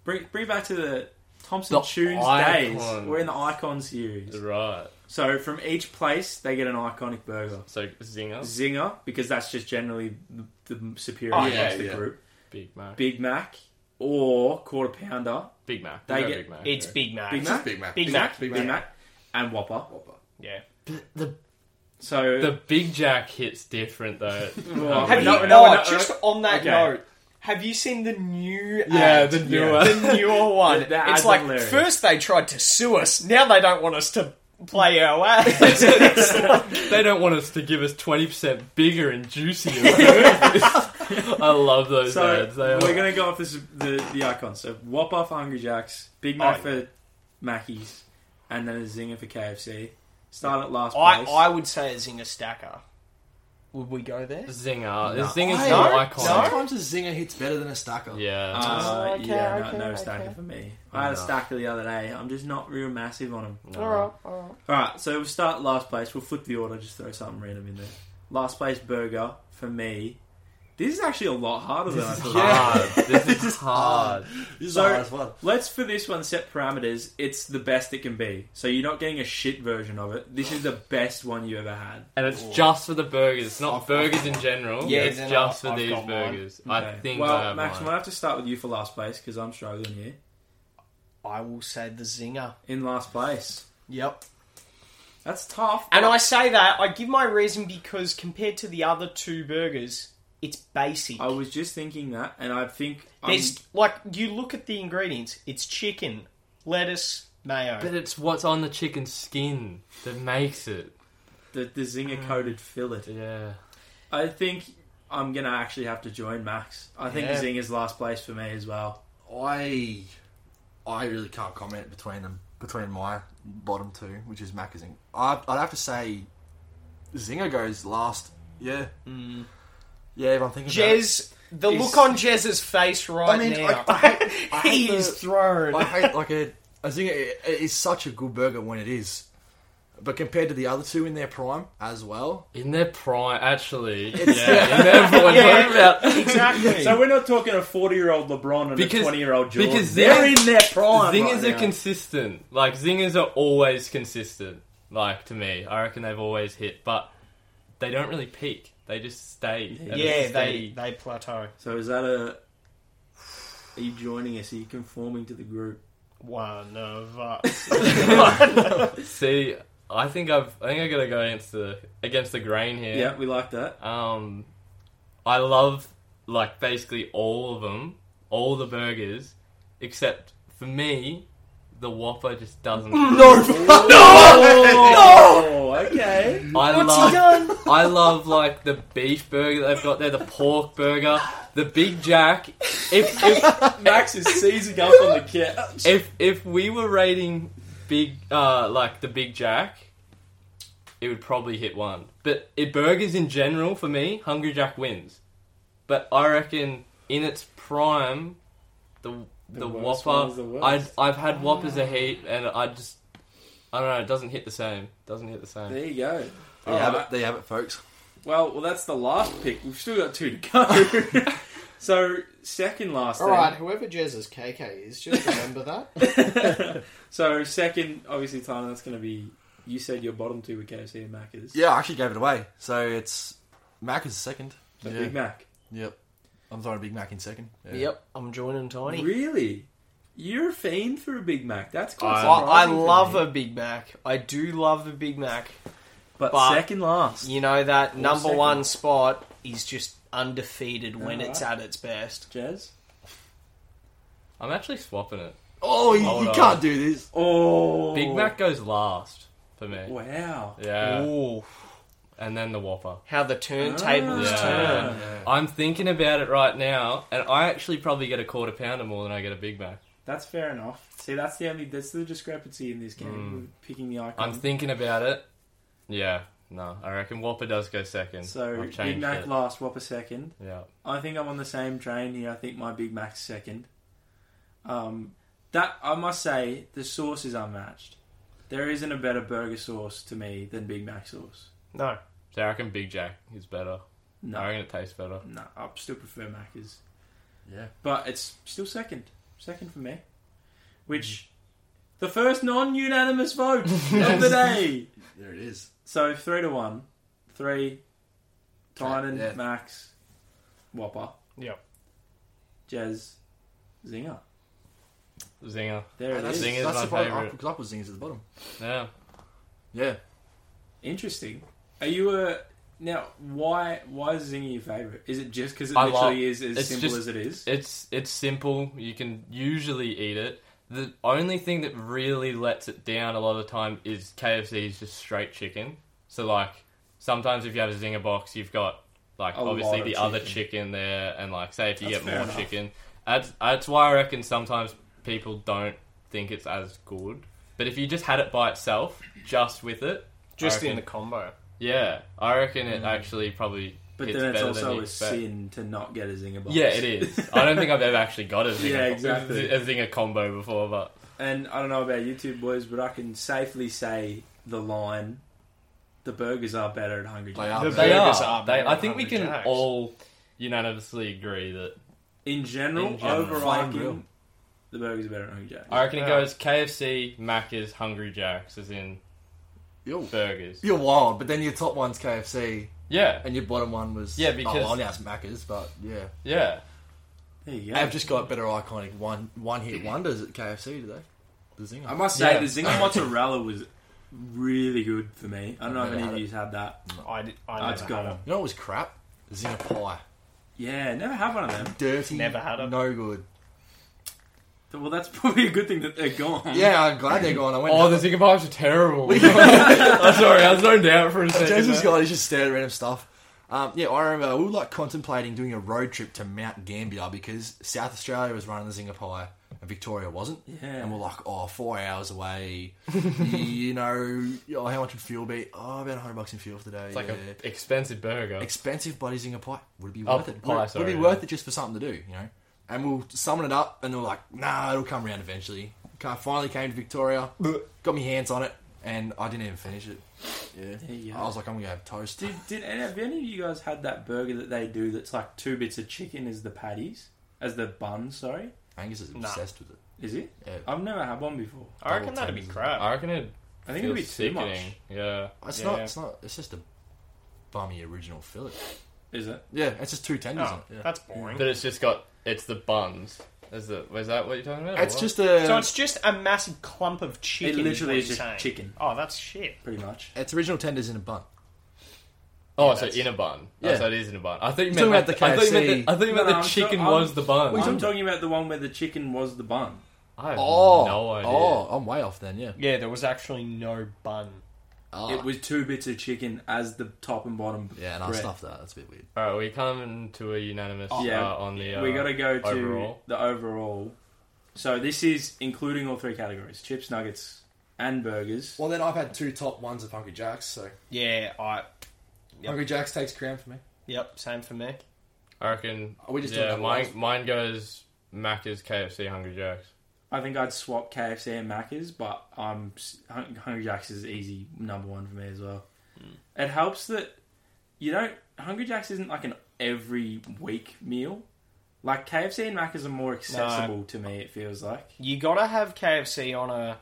Speaker 1: Bring bring back to the Thompson
Speaker 4: The
Speaker 1: Tunes days.
Speaker 4: icons.
Speaker 1: We're in the icon series.
Speaker 4: Right.
Speaker 1: So from each place, they get an iconic burger.
Speaker 4: So zingers,
Speaker 1: Zinger, because that's just generally the, the superior
Speaker 3: Oh,
Speaker 1: amongst
Speaker 3: yeah,
Speaker 1: the
Speaker 2: yeah.
Speaker 1: group.
Speaker 4: Big Mac,
Speaker 1: Big Mac or quarter pounder.
Speaker 4: Big Mac.
Speaker 1: They
Speaker 4: They
Speaker 1: get-
Speaker 4: Big Mac.
Speaker 3: It's
Speaker 4: yeah.
Speaker 3: Big Mac.
Speaker 1: Big Mac.
Speaker 2: Big Mac.
Speaker 3: Big Mac.
Speaker 1: Big Mac and Whopper.
Speaker 2: Whopper.
Speaker 3: Yeah.
Speaker 1: So
Speaker 4: The Big Jack hits different though. Um,
Speaker 1: Well,
Speaker 3: Have
Speaker 1: we're
Speaker 3: you,
Speaker 1: not- we're
Speaker 3: no,
Speaker 1: not- we're not-
Speaker 3: just on that
Speaker 1: okay.
Speaker 3: note, have you seen the new
Speaker 4: yeah,
Speaker 3: ad?
Speaker 4: the
Speaker 1: yeah.
Speaker 4: newer.
Speaker 3: the newer one.
Speaker 1: The- the ads
Speaker 3: it's
Speaker 1: are
Speaker 3: like
Speaker 1: hilarious.
Speaker 3: first they tried to sue us, now they don't want us to play our ads. It's like-
Speaker 4: They don't want us to give us twenty percent bigger and juicier. burgers. I love those
Speaker 1: So
Speaker 4: ads. They are.
Speaker 1: we're going to go off this, the the icon. So Whopper for Hungry Jacks, Big Mac
Speaker 3: Oh,
Speaker 1: for Mackey's, and then a Zinger for KFC. Start at last
Speaker 3: I,
Speaker 1: place.
Speaker 3: I would say a Zinger Stacker. Would we go there?
Speaker 4: Zinger. The Zinger's
Speaker 2: I-
Speaker 4: no
Speaker 3: No?
Speaker 4: icon.
Speaker 2: Sometimes a zinger hits better than a stacker.
Speaker 4: Yeah.
Speaker 1: Uh,
Speaker 3: Oh, okay,
Speaker 1: yeah, no,
Speaker 3: okay,
Speaker 1: no stacker
Speaker 3: okay.
Speaker 1: for me. I had a
Speaker 2: No.
Speaker 1: stacker the other day. I'm just not real massive on them.
Speaker 4: No.
Speaker 3: alright.
Speaker 1: All right, so we'll start last place. We'll flip the order. Just throw something random in there. Last place burger for me. This is actually a lot harder than I thought.
Speaker 4: Hard. This is hard.
Speaker 2: This is
Speaker 1: So-
Speaker 2: the hardest one.
Speaker 1: Let's for this one set parameters. It's the best it can be. So you're not getting a shit version of it. This is the best one you ever had.
Speaker 4: And it's just for the burgers. It's not burgers in general.
Speaker 3: Yeah,
Speaker 4: it's
Speaker 3: then
Speaker 4: just
Speaker 3: I've-
Speaker 4: for
Speaker 3: I've
Speaker 4: these
Speaker 3: got mine.
Speaker 4: burgers. I
Speaker 1: Okay.
Speaker 4: think
Speaker 1: Well,
Speaker 4: I have
Speaker 1: Max,
Speaker 4: mine.
Speaker 1: we'll have to start with you for last place because I'm struggling here.
Speaker 3: I will say the Zinger.
Speaker 1: In last place,
Speaker 3: Yep.
Speaker 1: that's tough.
Speaker 3: And I say that, I give my reason because compared to the other two burgers, it's basic.
Speaker 1: I was just thinking that, and I think
Speaker 2: um,
Speaker 1: I'm-
Speaker 3: There's like you look at the ingredients. It's chicken, lettuce, mayo.
Speaker 4: But it's what's on the chicken skin that makes it.
Speaker 1: the, the zinger coated fillet.
Speaker 4: Yeah.
Speaker 1: I think I'm gonna actually have to join Max. I think
Speaker 3: Yeah.
Speaker 1: Zinger's last place for me as well.
Speaker 2: I I really can't comment between them between my bottom two, which is Mac and Zing. I'd, I'd have to say
Speaker 1: Hmm.
Speaker 2: Zinger goes last. Yeah. Yeah, if I'm thinking about it.
Speaker 3: Jez The
Speaker 2: is-
Speaker 3: look on Jez's face right
Speaker 2: I mean,
Speaker 3: now.
Speaker 2: I- I hate- I
Speaker 3: he
Speaker 2: hate
Speaker 3: is
Speaker 2: the-
Speaker 3: thrown.
Speaker 2: I hate like a. I think it, it is such a good burger when it is, but compared to the other two in their prime as well.
Speaker 4: In their prime, actually. Yeah, in their prime.
Speaker 3: Yeah.
Speaker 4: What about-
Speaker 3: exactly.
Speaker 1: So we're not talking a forty-year-old LeBron and a
Speaker 4: Because-
Speaker 1: twenty-year-old Jordan.
Speaker 4: because
Speaker 1: they're
Speaker 4: they're-
Speaker 1: in their prime.
Speaker 4: Zingers
Speaker 1: right
Speaker 4: are
Speaker 1: now.
Speaker 4: consistent. Like zingers are always consistent. Like to me, I reckon they've always hit, but they don't really peak. They just stay. at a
Speaker 3: yeah, they
Speaker 4: steady-
Speaker 3: they plateau.
Speaker 1: So is that a? Are you joining us? Are you conforming to the group?
Speaker 3: One of us.
Speaker 4: See, I think I've. I think I gotta go against the against the grain here.
Speaker 1: Yeah, we like that.
Speaker 4: Um, I love like basically all of them, all the burgers, except for me, the Whopper just doesn't.
Speaker 1: Oh, okay.
Speaker 4: I
Speaker 3: What's
Speaker 4: love,
Speaker 3: he done?
Speaker 4: I love like the beef burger they've got there, the pork burger, the Big Jack. If if
Speaker 1: Max is seizing up on the couch.
Speaker 4: if, if we were rating big uh, like the Big Jack, it would probably hit one. But it burgers in general for me, Hungry Jack wins. But I reckon in its prime, the the,
Speaker 1: The worst one
Speaker 4: Whopper.
Speaker 1: is the worst.
Speaker 4: I I've had Whoppers a heap, and I just I don't know. It doesn't hit the same. Doesn't hit the same.
Speaker 1: There you go.
Speaker 2: There you have
Speaker 1: Alright.
Speaker 2: it. There you have it, folks.
Speaker 1: Well, well, that's the last pick. We've still got two to go. so second last.
Speaker 5: All
Speaker 1: then.
Speaker 5: right, whoever Jez's KK is, just remember that.
Speaker 1: so second, obviously, Tyler, that's going to be. You said your bottom two were KFC and Macca's.
Speaker 2: Yeah, I actually gave it away. So it's Mac is second.
Speaker 1: So Big Mac.
Speaker 2: Yep. I'm throwing Big Mac in second. Yeah.
Speaker 3: Yep, I'm joining Tiny.
Speaker 1: Really? You're a fiend for a Big Mac. That's quite
Speaker 3: I, I
Speaker 1: surprising. for
Speaker 3: love
Speaker 1: me.
Speaker 3: a Big Mac. I do love a Big Mac.
Speaker 1: But,
Speaker 3: but-
Speaker 1: second last.
Speaker 3: You know that number
Speaker 1: second.
Speaker 3: one spot is just undefeated when
Speaker 1: Alright.
Speaker 3: it's at its best.
Speaker 1: Jazz?
Speaker 4: I'm actually swapping it.
Speaker 2: Oh, you,
Speaker 4: Hold
Speaker 2: you
Speaker 4: on.
Speaker 2: can't do this.
Speaker 1: Oh.
Speaker 4: Big Mac goes last for me.
Speaker 1: Wow.
Speaker 4: Yeah,
Speaker 3: Ooh,
Speaker 4: and then the Whopper.
Speaker 3: how the turntables
Speaker 4: Ah.
Speaker 3: turn.
Speaker 2: Yeah.
Speaker 4: I'm thinking about it right now, and I actually probably get a quarter pounder more than I get a Big Mac.
Speaker 1: That's fair enough. See, that's the only that's the discrepancy in this game. Picking the icon.
Speaker 4: Hmm. I'm thinking about it. Yeah, no, I reckon Whopper does go second.
Speaker 1: so
Speaker 4: I've
Speaker 1: Big
Speaker 4: changed
Speaker 1: Mac
Speaker 4: it.
Speaker 1: last, Whopper second.
Speaker 4: yeah,
Speaker 1: I think I'm on the same train here. I think my Big Mac's second. Um, that I must say, the sauce is unmatched. There isn't a better burger sauce to me than Big Mac sauce.
Speaker 3: No,
Speaker 4: so I reckon Big Jack is better. I
Speaker 1: No,
Speaker 4: reckon it tastes better.
Speaker 1: no, I still prefer Macca's.
Speaker 2: Yeah.
Speaker 1: But it's still second. Second for me. Which,
Speaker 2: Mm-hmm.
Speaker 1: the first non unanimous vote of the day.
Speaker 2: There it is.
Speaker 1: So three to one. Three, Tynan,
Speaker 2: Yeah.
Speaker 1: Max, Whopper,
Speaker 3: yeah,
Speaker 1: Jez, Zinger.
Speaker 4: Zinger.
Speaker 1: There it
Speaker 2: that's
Speaker 1: is.
Speaker 4: Zing is
Speaker 2: that's
Speaker 4: my
Speaker 2: the bottom.
Speaker 4: favourite.
Speaker 2: I- Because I put zingers at the bottom.
Speaker 4: Yeah.
Speaker 2: Yeah.
Speaker 1: Interesting. Are you a now? Why why is Zinger your favorite? Is it just because it
Speaker 4: I
Speaker 1: literally
Speaker 4: love-
Speaker 1: is as
Speaker 4: it's
Speaker 1: simple
Speaker 4: just-
Speaker 1: as it is?
Speaker 4: It's it's simple. You can usually eat it. The only thing that really lets it down a lot of the time is KFC's just straight chicken. So like sometimes if you have a zinger box, you've got like
Speaker 1: A lot
Speaker 4: obviously
Speaker 1: of
Speaker 4: the other
Speaker 1: chicken.
Speaker 4: chicken there, and like say if you
Speaker 1: That's
Speaker 4: get
Speaker 1: fair
Speaker 4: more
Speaker 1: enough.
Speaker 4: chicken, that's that's why I reckon sometimes people don't think it's as good. But if you just had it by itself, just with it,
Speaker 3: just
Speaker 4: I
Speaker 3: in the
Speaker 4: reckon-
Speaker 3: combo.
Speaker 4: yeah, I reckon
Speaker 1: Mm.
Speaker 4: it actually probably.
Speaker 1: But
Speaker 4: hits
Speaker 1: then it's
Speaker 4: better than
Speaker 1: also
Speaker 4: you
Speaker 1: a
Speaker 4: expect.
Speaker 1: sin to not get a Zinger box.
Speaker 4: Yeah, it is. I don't think I've ever actually got a zinger,
Speaker 1: Yeah, exactly.
Speaker 4: a zinger combo before, but
Speaker 1: And I don't know about YouTube boys, but I can safely say the line: the burgers are better at Hungry
Speaker 2: They
Speaker 1: Jack's.
Speaker 2: are.
Speaker 3: They
Speaker 4: they
Speaker 3: are.
Speaker 4: are.
Speaker 3: They-
Speaker 4: I think we
Speaker 3: Hungry
Speaker 4: can
Speaker 3: Jacks. Oh,
Speaker 4: all unanimously agree that
Speaker 1: In general,
Speaker 4: In general.
Speaker 2: Flame grill.
Speaker 1: overarching, the burgers are better at Hungry Jack's.
Speaker 4: I reckon it
Speaker 3: Yeah.
Speaker 4: goes KFC, Macca's, Hungry Jacks, as in
Speaker 2: Yo.
Speaker 4: burgers.
Speaker 2: You're wild, but then your top one's KFC
Speaker 4: Yeah,
Speaker 2: and your bottom one was
Speaker 4: Yeah, because-
Speaker 2: oh, well, now it's Macca's, but yeah,
Speaker 4: yeah.
Speaker 1: There you
Speaker 2: they've
Speaker 1: go.
Speaker 2: just got better iconic one one hit wonders at KFC, do they? The zinger.
Speaker 1: I must say,
Speaker 4: Yeah.
Speaker 1: the Zinger mozzarella was really good for me. I don't know if
Speaker 2: Never
Speaker 1: any
Speaker 2: had
Speaker 1: of
Speaker 2: it.
Speaker 1: you had that.
Speaker 3: I did, I
Speaker 1: That's
Speaker 3: never
Speaker 1: gone.
Speaker 3: had it.
Speaker 2: You know what was crap? Zinger pie.
Speaker 1: Yeah, never had one of them.
Speaker 2: Dirty.
Speaker 3: Never had 'em.
Speaker 2: No good.
Speaker 1: Well, that's probably a good thing that they're gone.
Speaker 2: Yeah, I'm glad they're gone. I went.
Speaker 4: Oh, the zinger bars are terrible. I'm sorry, I was zoned out for a second.
Speaker 2: Jason's
Speaker 4: there.
Speaker 2: guy. He's just staring at random stuff. Um, yeah, I remember we were like contemplating doing a road trip to Mount Gambier because South Australia was running the Zinger Pie, and Victoria wasn't.
Speaker 1: Yeah.
Speaker 2: And we're like, oh, four hours away. you know, oh, how much would fuel be? Oh, about 100 bucks in fuel for the day.
Speaker 4: It's like
Speaker 2: yeah.
Speaker 4: an expensive burger.
Speaker 2: Expensive buddies in a pie. Would it be
Speaker 4: Oh,
Speaker 2: worth it?
Speaker 4: pie,
Speaker 2: would, it- would
Speaker 4: sorry,
Speaker 2: it be
Speaker 4: yeah.
Speaker 2: worth it just for something to do, you know? And we'll summon it up, and they're like, nah, it'll come around eventually. Car finally came to Victoria, got my hands on it, and I didn't even finish it. Yeah.
Speaker 1: There you go.
Speaker 2: I was like, I'm going to have toast.
Speaker 1: Did, did any, have any of you guys had that burger that they do that's like two bits of chicken as the patties? As the bun, sorry?
Speaker 2: Angus is
Speaker 3: Nah.
Speaker 2: obsessed with it.
Speaker 1: Is it?
Speaker 2: Yeah.
Speaker 1: I've never had one before.
Speaker 3: I reckon
Speaker 2: Double
Speaker 3: that'd be
Speaker 2: tenders.
Speaker 3: crap.
Speaker 4: I reckon it.
Speaker 1: I think it'd be
Speaker 4: feels
Speaker 1: too much.
Speaker 4: sickening. Yeah.
Speaker 2: It's
Speaker 4: yeah.
Speaker 2: not. It's not. It's just a bummy original fillet.
Speaker 1: Is it?
Speaker 2: Yeah, it's just two tenders.
Speaker 3: Oh,
Speaker 2: in it.
Speaker 3: that's boring.
Speaker 4: But it's just got. It's the buns. Is that? Was that what you're talking about? or
Speaker 2: It's
Speaker 4: what?
Speaker 2: just a.
Speaker 3: so it's just a massive clump of chicken.
Speaker 1: it literally is
Speaker 3: is what
Speaker 1: just
Speaker 3: you're saying.
Speaker 1: chicken,
Speaker 3: Oh, that's shit.
Speaker 1: pretty much.
Speaker 2: it's original tenders in a bun.
Speaker 4: Oh,
Speaker 3: Yeah,
Speaker 4: so
Speaker 3: that's-
Speaker 4: in a bun.
Speaker 2: Yeah.
Speaker 4: Oh, so it is in a bun. I thought
Speaker 2: You're
Speaker 4: you meant
Speaker 2: talking
Speaker 4: I
Speaker 2: about
Speaker 4: thought
Speaker 2: the
Speaker 4: you meant the, I thought you meant
Speaker 1: No,
Speaker 4: the
Speaker 1: I'm so-
Speaker 4: chicken
Speaker 1: I'm-
Speaker 4: was the bun.
Speaker 1: I'm
Speaker 2: talking
Speaker 1: talking about the one where the chicken was the bun.
Speaker 4: I have
Speaker 2: Oh,
Speaker 4: no idea.
Speaker 2: oh, I'm way off then. Yeah.
Speaker 3: Yeah, there was actually no bun.
Speaker 2: Oh.
Speaker 1: It was two bits of chicken as the top and bottom.
Speaker 2: yeah, and I
Speaker 1: bread.
Speaker 2: stuffed that. That's a bit weird.
Speaker 4: All right, we come to a unanimous
Speaker 1: Yeah.
Speaker 4: uh, on the. Uh,
Speaker 1: we got to go to
Speaker 4: overall.
Speaker 1: the overall. So this is including all three categories: chips, nuggets, and burgers.
Speaker 2: Well, then I've had two top ones of Hungry Jacks, so
Speaker 3: Yeah, I. Yep.
Speaker 2: Hungry Jacks takes crown for me.
Speaker 3: Yep, same for me.
Speaker 4: I reckon.
Speaker 2: Are we just
Speaker 4: yeah,
Speaker 2: doing
Speaker 4: mine,
Speaker 2: otherwise?
Speaker 4: mine goes Macca's, KFC, Hungry Jacks.
Speaker 1: I think I'd swap KFC and Macca's, but um, Hun- Hungry Jacks is easy number one for me as well. It helps that you don't Hungry Jacks isn't like an every week meal. Like KFC and Macca's are more accessible to me. It feels like
Speaker 3: You gotta have KFC on a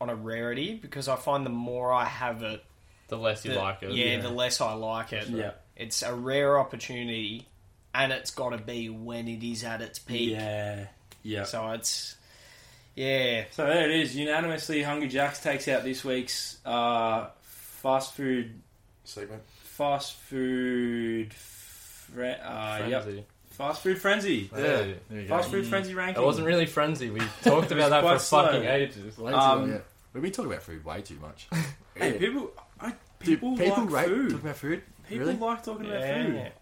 Speaker 3: on a rarity because I find the more I have it,
Speaker 4: The less you
Speaker 3: the-
Speaker 4: like it.
Speaker 3: yeah, the less I like it.
Speaker 1: yeah,
Speaker 3: It's a rare opportunity, and it's got to be when it is at its peak.
Speaker 1: yeah, yeah. So,
Speaker 3: So it's yeah,
Speaker 1: there it is. Unanimously, Hungry Jacks takes out this week's uh, fast food
Speaker 2: Segment.
Speaker 1: fast food. Fre- uh, yep.
Speaker 4: Frenzy.
Speaker 1: Fast food frenzy.
Speaker 2: Yeah.
Speaker 4: Yeah.
Speaker 2: There you go.
Speaker 1: Fast food frenzy ranking.
Speaker 4: It wasn't really frenzy. We talked about that
Speaker 1: quite
Speaker 4: for fucking
Speaker 1: slow.
Speaker 4: ages.
Speaker 2: Way too
Speaker 1: Um,
Speaker 2: long, yeah. We've been talking about food way too much.
Speaker 1: Hey,
Speaker 2: Yeah.
Speaker 1: people, I,
Speaker 2: Dude,
Speaker 1: people, like
Speaker 2: rate-
Speaker 1: food.
Speaker 2: talking about food.
Speaker 1: people
Speaker 2: really?
Speaker 1: like talking about
Speaker 3: yeah.
Speaker 1: food.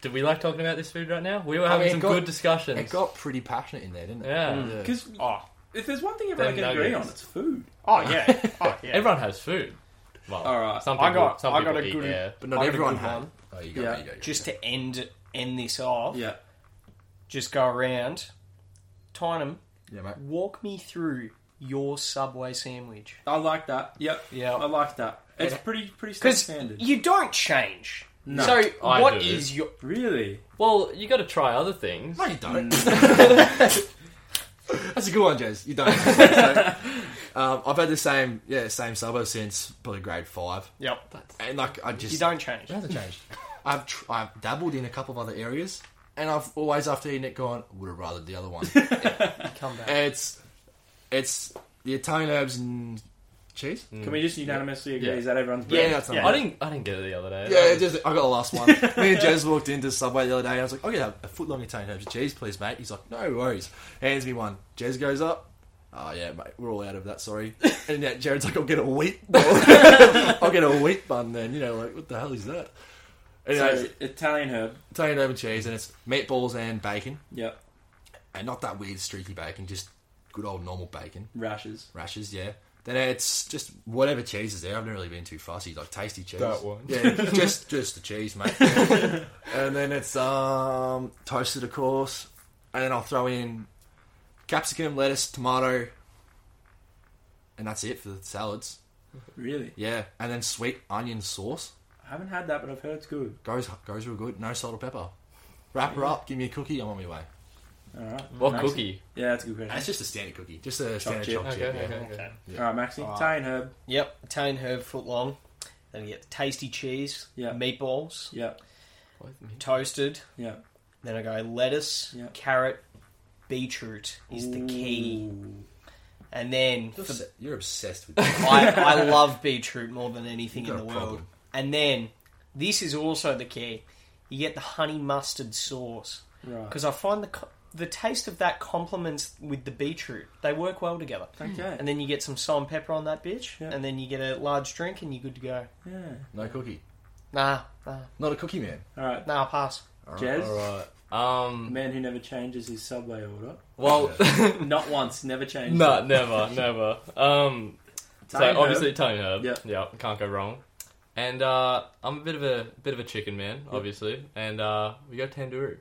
Speaker 4: Did we like talking about this food right now? We were
Speaker 2: I
Speaker 4: having
Speaker 2: mean, it
Speaker 4: some
Speaker 2: got-
Speaker 4: good discussions.
Speaker 2: It got pretty passionate in there, didn't it?
Speaker 4: Yeah.
Speaker 1: Because
Speaker 3: Oh,
Speaker 1: if there's one thing everyone
Speaker 4: Them
Speaker 1: can agree on,
Speaker 4: nuggets.
Speaker 1: it's food.
Speaker 3: oh yeah, oh yeah.
Speaker 4: Everyone has food. Well,
Speaker 1: All right.
Speaker 4: some
Speaker 3: I
Speaker 4: people,
Speaker 3: got-
Speaker 4: some
Speaker 3: I
Speaker 4: people
Speaker 3: got a
Speaker 4: eat
Speaker 3: good-
Speaker 4: there.
Speaker 2: But not
Speaker 3: I got a
Speaker 2: everyone
Speaker 3: good
Speaker 2: had.
Speaker 3: one.
Speaker 2: Oh, you got
Speaker 1: Yeah.
Speaker 2: it, you got it, you
Speaker 3: just
Speaker 2: got it.
Speaker 3: to end end this off,
Speaker 1: Yeah.
Speaker 3: just go around. Tynum,
Speaker 2: Yeah, mate.
Speaker 3: walk me through your Subway sandwich.
Speaker 1: I like that. Yep.
Speaker 3: Yeah.
Speaker 1: I like that. It's pretty pretty
Speaker 3: Because
Speaker 1: standard.
Speaker 3: you don't change.
Speaker 1: No.
Speaker 3: so
Speaker 4: I
Speaker 3: what
Speaker 4: do.
Speaker 3: is your?
Speaker 1: Really?
Speaker 4: Well, you got to try other things.
Speaker 2: No, you don't. That's a good one, Jez. You don't. So, um, I've had the same, yeah, same subway since probably grade five,
Speaker 3: Yep.
Speaker 2: and like I just
Speaker 3: You don't change.
Speaker 2: It hasn't changed. I've tr- I've dabbled in a couple of other areas, and I've always after eating it gone would have rather the other one.
Speaker 3: Come back.
Speaker 2: it's it's the Italian herbs and cheese.
Speaker 1: Can we just unanimously agree?
Speaker 4: Yeah.
Speaker 1: Is that everyone's
Speaker 2: Yeah,
Speaker 1: bread?
Speaker 2: that's not
Speaker 3: Mm. Yeah.
Speaker 2: bad.
Speaker 4: I didn't. I didn't get it the other day.
Speaker 2: Yeah, it just, I got the last one. Me and Jez walked into Subway the other day, and I was like, "I'll get a, a foot long Italian herbs and cheese, please, mate." He's like, "No worries." Hands me one. Jez goes up. Oh yeah, mate, we're all out of that. Sorry. And yeah, Jared's like, "I'll get a wheat. ball." I'll get a wheat bun then." You know, like, what the hell is that? Anyway,
Speaker 1: So, Italian herb.
Speaker 2: Italian herb and cheese, and it's meatballs and bacon,
Speaker 1: Yep.
Speaker 2: and not that weird streaky bacon, just good old normal bacon
Speaker 1: Rashes.
Speaker 2: rashes, yeah. Then it's just whatever cheese is there. I've never really been too fussy, like tasty cheese.
Speaker 4: That one.
Speaker 2: yeah. Just just the cheese, mate. and then it's um toasted, of course. And then I'll throw in capsicum, lettuce, tomato, and that's it for the salads.
Speaker 1: Really?
Speaker 2: Yeah, and then sweet onion sauce
Speaker 1: I haven't had that, but I've heard it's good.
Speaker 2: goes goes real good. No salt or pepper. Wrap her up. Give me a cookie. I'm on my way.
Speaker 1: All right.
Speaker 4: What
Speaker 1: Maxi?
Speaker 4: cookie?
Speaker 1: Yeah, that's a good question.
Speaker 2: That's just a standard cookie. Just a standard
Speaker 1: chip.
Speaker 2: chocolate
Speaker 4: Okay,
Speaker 2: chip.
Speaker 4: okay,
Speaker 2: yeah.
Speaker 4: okay.
Speaker 3: Okay.
Speaker 2: yeah.
Speaker 1: All right, Maxi.
Speaker 3: All right.
Speaker 1: Italian herb.
Speaker 3: Yep. Italian herb foot long. Then you get the tasty cheese.
Speaker 1: Yeah.
Speaker 3: Meatballs.
Speaker 1: Yep.
Speaker 3: Toasted.
Speaker 1: Yep.
Speaker 3: Then I go lettuce,
Speaker 1: Yeah.
Speaker 3: carrot, beetroot is the key.
Speaker 1: Ooh.
Speaker 3: And then
Speaker 2: You're
Speaker 3: for-
Speaker 2: obs- You're obsessed with that.
Speaker 3: I, I love beetroot more than anything
Speaker 2: You've
Speaker 3: in
Speaker 2: got
Speaker 3: the
Speaker 2: a
Speaker 3: world.
Speaker 2: problem.
Speaker 3: And then this is also the key. You get the honey mustard sauce
Speaker 1: Right.
Speaker 3: because I find the co- the taste of that complements with the beetroot. They work well together.
Speaker 1: Okay.
Speaker 3: And then you get some salt and pepper on that bitch,
Speaker 1: Yeah.
Speaker 3: and then you get a large drink, and you're good to go.
Speaker 1: Yeah.
Speaker 2: No cookie.
Speaker 3: Nah, nah,
Speaker 2: Not a cookie man.
Speaker 1: All right.
Speaker 3: nah, pass.
Speaker 2: All right,
Speaker 1: Jez?
Speaker 2: all right.
Speaker 1: The
Speaker 4: Um,
Speaker 1: man who never changes his subway order.
Speaker 4: well,
Speaker 1: Not once, never changed.
Speaker 4: no, never, never. Um, so
Speaker 1: Tiny
Speaker 4: obviously Tony Herb.
Speaker 1: Yeah.
Speaker 4: Yeah, can't go wrong. And uh, I'm a bit of a bit of a chicken man, obviously. And uh, we go tandoori.
Speaker 1: herb.